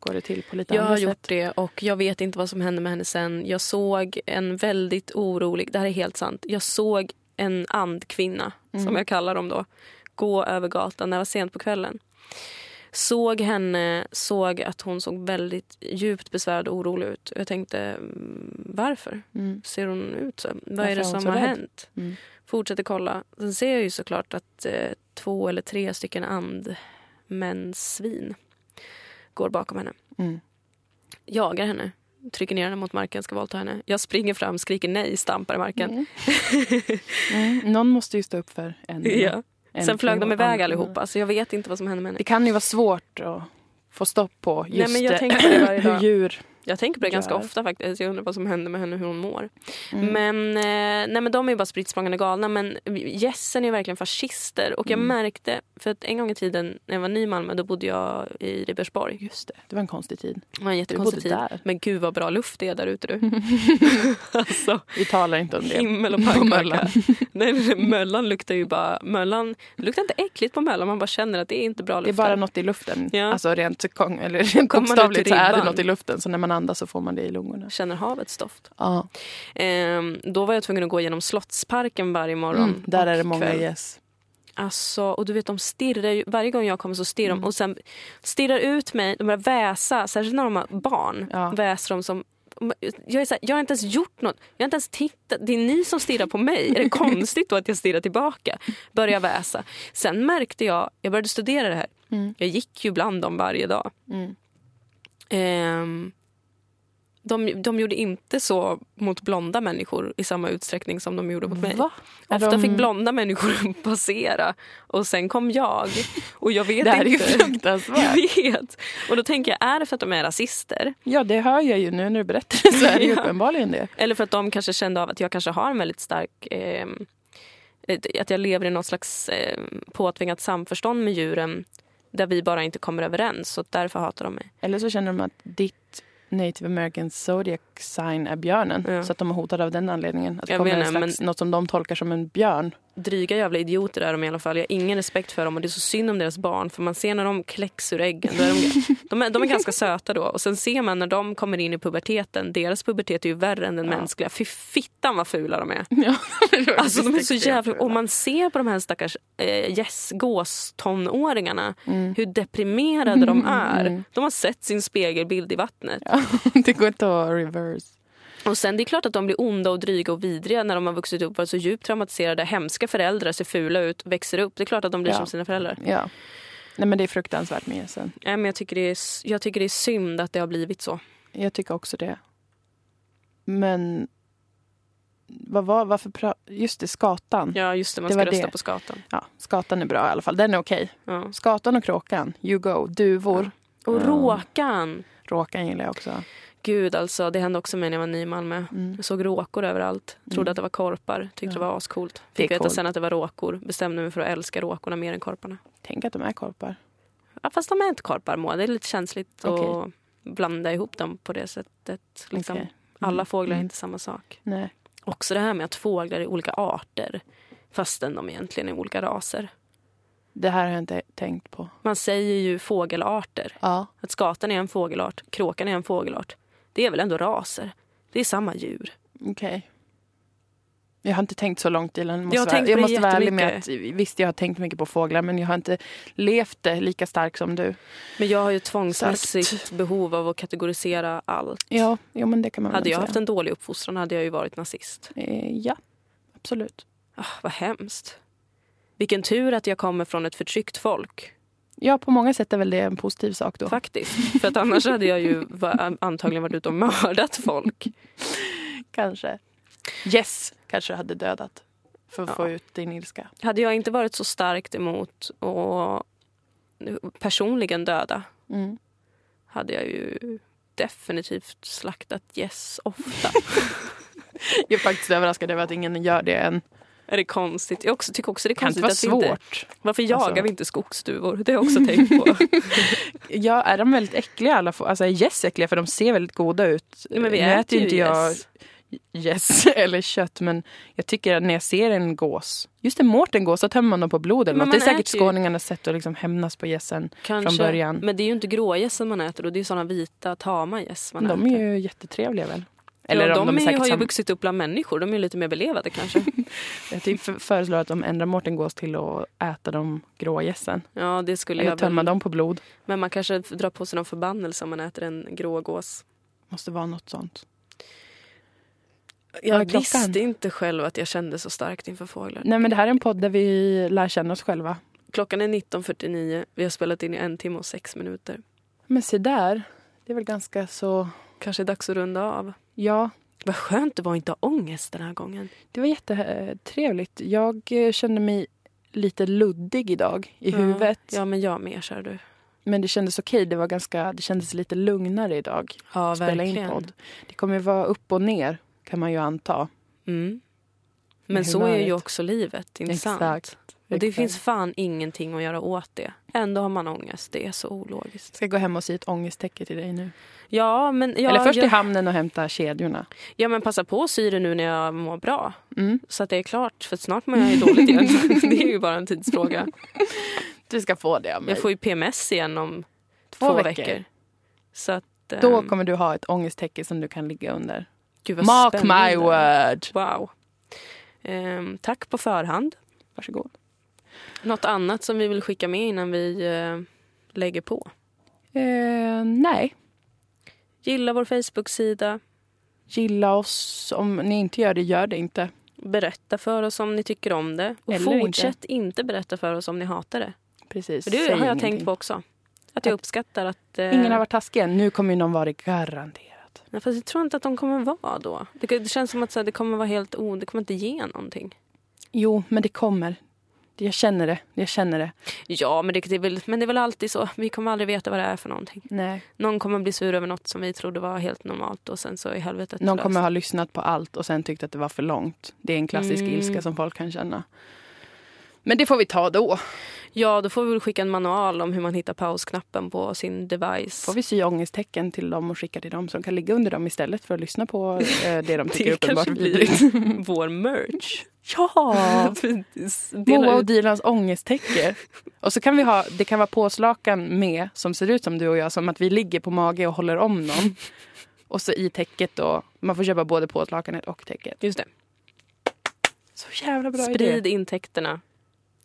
S2: går det till på lite
S1: Jag har
S2: andra
S1: gjort
S2: sätt.
S1: det och jag vet inte vad som hände med henne sen. Jag såg en väldigt orolig, det här är helt sant, jag såg en andkvinna
S2: Mm.
S1: som jag kallar dem då gå över gatan när det var sent på kvällen. Såg henne, såg att hon såg väldigt djupt besvärad och orolig ut. Jag tänkte mm, varför
S2: Mm.
S1: ser hon ut så? Vad
S2: Varför
S1: är det
S2: är hon
S1: som
S2: så
S1: har
S2: rädd?
S1: hänt?
S2: Mm.
S1: Fortsätter kolla. Sen ser jag ju såklart att eh, två eller tre stycken andmänssvin går bakom henne
S2: Mm.
S1: jagar henne. Trycker ner henne mot marken, ska våldta henne. Jag springer fram, skriker nej, stampar i marken.
S2: Mm. Mm. Någon måste ju stå upp för en.
S1: (laughs) Ja.
S2: Mm. en
S1: Sen flög de
S2: kvinna.
S1: iväg allihopa, så jag vet inte vad som hände med henne.
S2: Det kan ju vara svårt att få stopp på just
S1: Nej, men jag
S2: det,
S1: tänker på det varje
S2: (laughs) hur
S1: dag.
S2: djur...
S1: Jag tänker på det ganska
S2: Gör.
S1: ofta faktiskt. Jag undrar vad som hände med henne, hur hon mår.
S2: Mm.
S1: Men, eh, nej, men de är ju bara spritt språngande galna. Men gässen är verkligen fascister. Och jag
S2: Mm.
S1: märkte, för att en gång i tiden när jag var ny i Malmö, då bodde jag i Ribersborg.
S2: Just det, det var en konstig tid.
S1: Det var en jättekonstig
S2: bodde
S1: tid.
S2: där.
S1: Men gud vad bra luft det är där ute
S2: (laughs)
S1: du. (laughs) alltså.
S2: Vi talar inte om det.
S1: Himmel och
S2: På
S1: pannkaka.
S2: Möllan.
S1: (laughs) Nej, nej,
S2: (laughs)
S1: nej, Möllan luktar ju bara... Möllan det luktar inte äckligt på Möllan, man bara känner att det är inte bra
S2: Det är
S1: luft.
S2: bara
S1: där.
S2: något i luften.
S1: Ja.
S2: Alltså rent, kong, eller rent
S1: Kommer man ut i
S2: bokstavligt så är det
S1: ribban?
S2: något i luften. Så när man andas så får man det i lungorna.
S1: känner havets doft.
S2: Ja.
S1: Ehm, då var jag tvungen att gå genom Slottsparken varje morgon.
S2: Mm. Där
S1: och
S2: är det många
S1: kväll.
S2: gäss.
S1: Alltså, och du vet de stirrar ju, varje gång jag kommer så stirrar
S2: Mm.
S1: de och sen stirrar ut mig, de börjar väsa, särskilt när de har barn.
S2: Ja.
S1: Väser de som jag, är så här, jag har inte ens gjort något. Jag har inte ens tittat. Det är ni som stirrar på mig.
S2: (laughs)
S1: Är det konstigt då att jag stirrar tillbaka? Börjar väsa. Sen märkte jag, jag började studera det här. Jag gick ju bland dem varje dag.
S2: Mm.
S1: Ehm, de, de gjorde inte så mot blonda människor i samma utsträckning som de gjorde mot mig.
S2: Va? Är
S1: Ofta
S2: de-
S1: fick blonda människor (laughs) passera och sen kom jag. Och jag vet
S2: Det här är ju
S1: inte. (laughs) jag
S2: fruktansvärt.
S1: vet. Och då tänker jag, är det för att de är rasister?
S2: Ja, det hör jag ju nu när du berättar det. Så är det ju
S1: Ja.
S2: uppenbarligen det.
S1: Eller för att de kanske kände av att jag kanske har en väldigt stark... Eh, att jag lever i något slags eh, påtvingat samförstånd med djuren där vi bara inte kommer överens. Så därför hatar de mig.
S2: Eller så känner de att ditt native american zodiac sign är björnen.
S1: Ja.
S2: Så att de är hotade av den anledningen. Att det
S1: Jag
S2: kommer
S1: menar,
S2: en slags, något som de tolkar som en björn.
S1: (laughs) Dryga jävla idioter är de i alla fall. Jag har ingen respekt för dem och det är så synd om deras barn för man ser när de kläcks ur äggen. Då är de, de, är, de är ganska söta då och sen ser man när de kommer in i puberteten. Deras pubertet är ju värre än den mänskliga. Fy fittan vad fula de är.
S2: Ja,
S1: Alltså de är så jävla... Och man ser på de här stackars eh, yes, gåstonåringarna Mm.
S2: Mm.
S1: hur deprimerade
S2: (laughs)
S1: de är. De har sett sin spegelbild i vattnet.
S2: det går inte att reverse.
S1: Och sen det är klart att de blir onda och dryga och vidriga när de har vuxit upp, varit så djupt traumatiserade. Hemska föräldrar ser fula ut, växer upp. Det är klart att de blir
S2: Ja.
S1: som sina föräldrar.
S2: Ja. Nej, men det är fruktansvärt med gässen.
S1: Nej, men jag, tycker det är, s- jag tycker det är
S2: Mm.
S1: synd att det har blivit så.
S2: Jag tycker också det. Men vad var, varför pra- just det, skatan.
S1: Ja, just det. Man
S2: Det
S1: ska
S2: var
S1: rösta
S2: det.
S1: på skatan.
S2: Ja, skatan är bra i alla fall. Den är okej.
S1: Ja.
S2: Skatan och kråkan, you go. Duvor,
S1: Och
S2: Ja.
S1: råkan.
S2: råkan gillar jag också.
S1: Gud, alltså. Det hände också mig när jag var ny i Malmö.
S2: Mm.
S1: Jag såg råkor överallt. Trodde
S2: Mm.
S1: att det var korpar. Tyckte
S2: Ja.
S1: det var ascoolt.
S2: Det är
S1: Fick veta
S2: coolt.
S1: sen att det var råkor. Bestämde mig för att älska råkorna mer än korparna.
S2: Mm. Tänk att de är korpar.
S1: Ja, fast de är inte korpar, Moa. Det är lite känsligt
S2: Okej.
S1: att blanda ihop dem på det sättet. Liksom.
S2: Okej.
S1: Alla fåglar är
S2: Mm.
S1: inte samma sak.
S2: Nej.
S1: Också det här med att fåglar är olika arter fastän de egentligen är olika raser.
S2: Det här har jag inte tänkt på.
S1: Man säger ju fågelarter.
S2: Ja.
S1: Att skatan är en fågelart, kråkan är en fågelart. Det är väl ändå raser? Det är samma djur.
S2: Okej. Jag har inte tänkt så långt, Dilan. Måste
S1: Jag har
S2: vara-
S1: tänkt på
S2: jag
S1: det
S2: måste vara ärlig med att
S1: jättemycket.
S2: visst, jag har tänkt mycket på fåglar men jag har inte levt det lika starkt som du.
S1: Men jag har ju ett tvångsmässigt behov av att kategorisera allt.
S2: Ja, jo, men det kan man väl
S1: Hade jag
S2: säga.
S1: haft en dålig uppfostran hade jag ju varit nazist.
S2: Eh, Ja, absolut.
S1: Ah, vad hemskt. Vilken tur att jag kommer från ett förtryckt folk.
S2: Ja, på många sätt är väl det en positiv sak då.
S1: Faktiskt. För att annars hade jag ju va- antagligen varit ute och mördat folk.
S2: Kanske. Yes, kanske hade dödat. För att
S1: Ja.
S2: få ut din ilska.
S1: Hade jag inte varit så starkt emot att personligen döda
S2: Mm.
S1: hade jag ju definitivt slaktat gäss ofta.
S2: Jag är faktiskt överraskad över att ingen gör det än.
S1: är det konstigt? Jag också, tycker också det är
S2: Kan inte
S1: konstigt
S2: vara
S1: att vi inte...
S2: svårt.
S1: Varför jagar
S2: Alltså.
S1: vi inte skogsduvor? Det har jag också tänkt
S2: (laughs)
S1: på.
S2: Ja, är de väldigt äckliga alla få? Alltså är gäss äckliga? För de ser väldigt goda ut.
S1: Nej, men vi
S2: Nu
S1: äter ju
S2: inte jag
S1: gäss.
S2: gäss (laughs) eller kött men jag tycker att när jag ser en gås, just en mårten gås, då tömmer man dem på blod eller
S1: Men
S2: något. Det är
S1: man
S2: säkert
S1: äter ju-
S2: skåningarnas sätt att liksom hämnas på gässen
S1: Kanske.
S2: från början.
S1: Men det är ju inte grågässen man äter och det är såna vita tama gäss man
S2: De
S1: äter.
S2: är ju jättetrevliga väl?
S1: Eller
S2: Eller
S1: ja,
S2: om
S1: de,
S2: de
S1: är ju,
S2: är säkert
S1: har ju
S2: samma.
S1: vuxit upp bland människor. De är ju lite mer belevade kanske.
S2: Jag typ för- föreslår att de ändrar mårten gås till att äta de grå gässen.
S1: Ja, det skulle
S2: Eller
S1: jag
S2: tömma
S1: väl.
S2: dem på blod.
S1: Men man kanske drar på sig någon förbannelse om man äter en grågås.
S2: Måste vara något sånt. Vad är
S1: Jag
S2: klockan?
S1: visste inte själv att jag kände så starkt inför fåglar.
S2: Nej men det här är en podd där vi lär känna oss själva.
S1: Klockan är 19.49. Vi har spelat in i en timme och sex minuter.
S2: Men se där, det är väl ganska så...
S1: Kanske är dags att runda av.
S2: Ja,
S1: Vad skönt det var att inte ha ångest den här gången.
S2: Det var jättetrevligt. Jag eh, kände mig lite luddig idag i
S1: Ja,
S2: huvudet.
S1: Ja, men jag med, kör du.
S2: Men det kändes okej. Det, var ganska, det kändes lite lugnare idag.
S1: Ja,
S2: att spela in podd. Det kommer ju vara upp och ner kan man ju anta.
S1: Mm. Men
S2: Med
S1: så är ju
S2: humöret.
S1: också livet, inte sant? Och det
S2: Exakt.
S1: finns fan ingenting att göra åt det. Ändå har man ångest. Det är så ologiskt.
S2: Ska jag gå hem och sy ett ångesttäcke till dig nu?
S1: Ja, men, ja,
S2: Eller först i
S1: ja,
S2: hamnen och hämta kedjorna.
S1: ja, men passa på att sy det nu när jag mår bra.
S2: Mm.
S1: Så att det är klart, för snart mår jag ju dåligt igen.
S2: (laughs)
S1: (laughs) det är ju bara en tidsfråga.
S2: Du ska få det av mig.
S1: Jag får ju PMS igen om två,
S2: Två
S1: veckor.
S2: veckor.
S1: Så att, ehm,
S2: Då kommer du ha ett ångesttäcke som du kan ligga under.
S1: gud vad
S2: Mark
S1: spännande.
S2: my word!
S1: Wow. Ehm, tack på förhand.
S2: Varsågod.
S1: Något annat som vi vill skicka med innan vi eh, lägger på?
S2: Eh, nej.
S1: Gilla vår Facebook-sida.
S2: Gilla oss. Om ni inte gör det, gör det inte.
S1: Berätta för oss om ni tycker om det. Och
S2: Eller inte.
S1: fortsätt inte. berätta för oss om ni hatar det.
S2: Precis.
S1: För det
S2: säg
S1: har jag
S2: ingenting.
S1: tänkt på också. Att jag
S2: Att-
S1: uppskattar att... eh,
S2: Ingen har varit taskig än. Nu kommer ju någon vara det garanterat.
S1: Nej, fast jag tror inte att de kommer vara då. Det, det känns som att så här, det kommer vara helt o... Det kommer inte ge någonting.
S2: Jo, men det kommer. Jag känner det. Jag känner det.
S1: Ja, men det, det, är väl, men det är väl alltid så. Vi kommer aldrig veta vad det är för någonting.
S2: Nej.
S1: Någon kommer bli sur över något som vi trodde var helt normalt och sen så är helvetet
S2: Någon
S1: löst.
S2: kommer ha lyssnat på allt och sen tyckt att det var för långt. Det är en klassisk
S1: Mm.
S2: ilska som folk kan känna. Men det får vi ta då.
S1: Ja, då får vi väl skicka en manual om hur man hittar pausknappen på sin device.
S2: får vi sy ångesttecken till dem och skicka till dem så de kan ligga under dem istället för att lyssna på eh, (laughs) det de tycker
S1: (laughs)
S2: är
S1: det
S2: uppenbart
S1: kanske
S2: vidrigt.
S1: blir (laughs) vår merch.
S2: (laughs)
S1: (laughs)
S2: Ja!
S1: Att vi s-
S2: Moa
S1: delar
S2: och
S1: ut.
S2: Dilans
S1: (laughs)
S2: ångesttäcke. Och så kan vi ha, det kan vara påslakan med som ser ut som du och jag, som att vi ligger på mage och håller om någon. Och så i täcket då, man får köpa både påslakanet och täcket.
S1: Just det.
S2: Så jävla bra idé.
S1: Sprid intäkterna.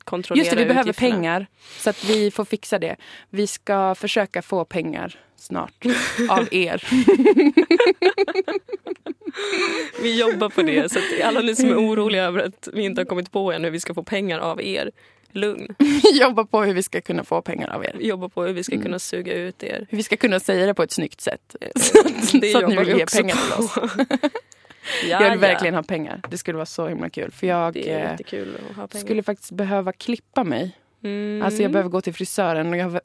S1: Kontrollera
S2: Just det, vi behöver
S1: utgifterna.
S2: pengar så att vi får fixa det. Vi ska försöka få pengar
S1: (laughs)
S2: snart av er.
S1: Vi jobbar på det. Så att alla ni som
S2: Mm.
S1: är oroliga över att vi inte har kommit på än hur vi ska få pengar av er. Lugn.
S2: Vi jobbar på hur vi ska kunna få pengar av er.
S1: Vi jobbar på hur vi
S2: Mm.
S1: ska kunna suga ut er.
S2: Hur vi ska kunna säga det på ett snyggt sätt.
S1: Det
S2: så att ni
S1: jobbar
S2: vill
S1: vi (laughs)
S2: ge
S1: också
S2: pengar till oss.
S1: Ja,
S2: Jag vill verkligen ha pengar. Det skulle vara så himla kul. För jag
S1: Det är
S2: eh,
S1: jättekul att ha pengar.
S2: skulle faktiskt behöva klippa mig.
S1: Mm.
S2: Alltså jag behöver gå till frisören och jag har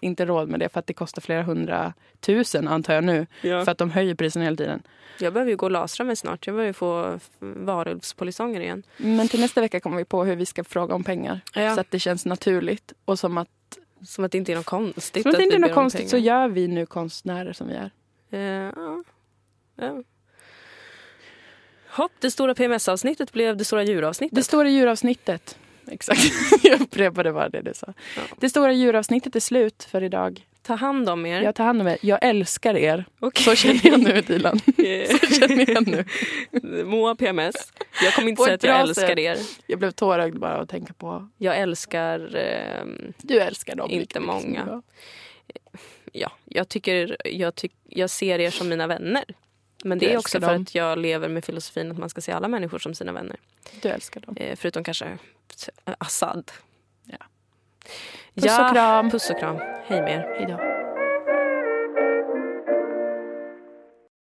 S2: (laughs) inte råd med det för att det kostar flera hundratusen antar jag nu.
S1: ja.
S2: För att de höjer priserna hela tiden.
S1: Jag behöver ju gå och lasra mig snart. Jag behöver ju få f- varulvspolisonger igen.
S2: Men till nästa vecka kommer vi på hur vi ska fråga om pengar.
S1: Ja.
S2: Så att det känns naturligt. Och som att,
S1: Som att det inte är något konstigt.
S2: som att det inte är något konstigt så
S1: jag...
S2: gör vi nu konstnärer som vi är.
S1: Eh, ja. Ja. Hopp, det stora PMS-avsnittet blev det stora djuravsnittet.
S2: Det stora djuravsnittet. Typ. (laughs) Exakt. Jag upprepade bara det du sa.
S1: Ja.
S2: Det stora djuravsnittet är slut för idag.
S1: Ta hand om er.
S2: Jag tar hand om er. Jag älskar er.
S1: Okej.
S2: Så känner jag
S1: (laughs)
S2: nu, (laughs) Dilan. Så känner jag nu.
S1: Moa PMS. Jag kommer inte
S2: På
S1: säga
S2: ett
S1: att jag
S2: bra
S1: älskar
S2: sätt.
S1: er.
S2: Jag blev tårögd bara av att tänka på.
S1: Jag älskar... ehm,
S2: Du älskar dem. liksom
S1: Inte
S2: lika mycket som
S1: många.
S2: jag.
S1: ja, jag, tycker, jag, tyck, jag ser er som mina vänner. Men det
S2: Du
S1: är också
S2: älskar
S1: för
S2: dem.
S1: att jag lever med filosofin att man ska se alla människor som sina vänner.
S2: Du älskar dem.
S1: Eh, förutom kanske Assad.
S2: Ja.
S1: Puss och kram.
S2: kram.
S1: Puss och kram. Hej med er.
S2: Hej då.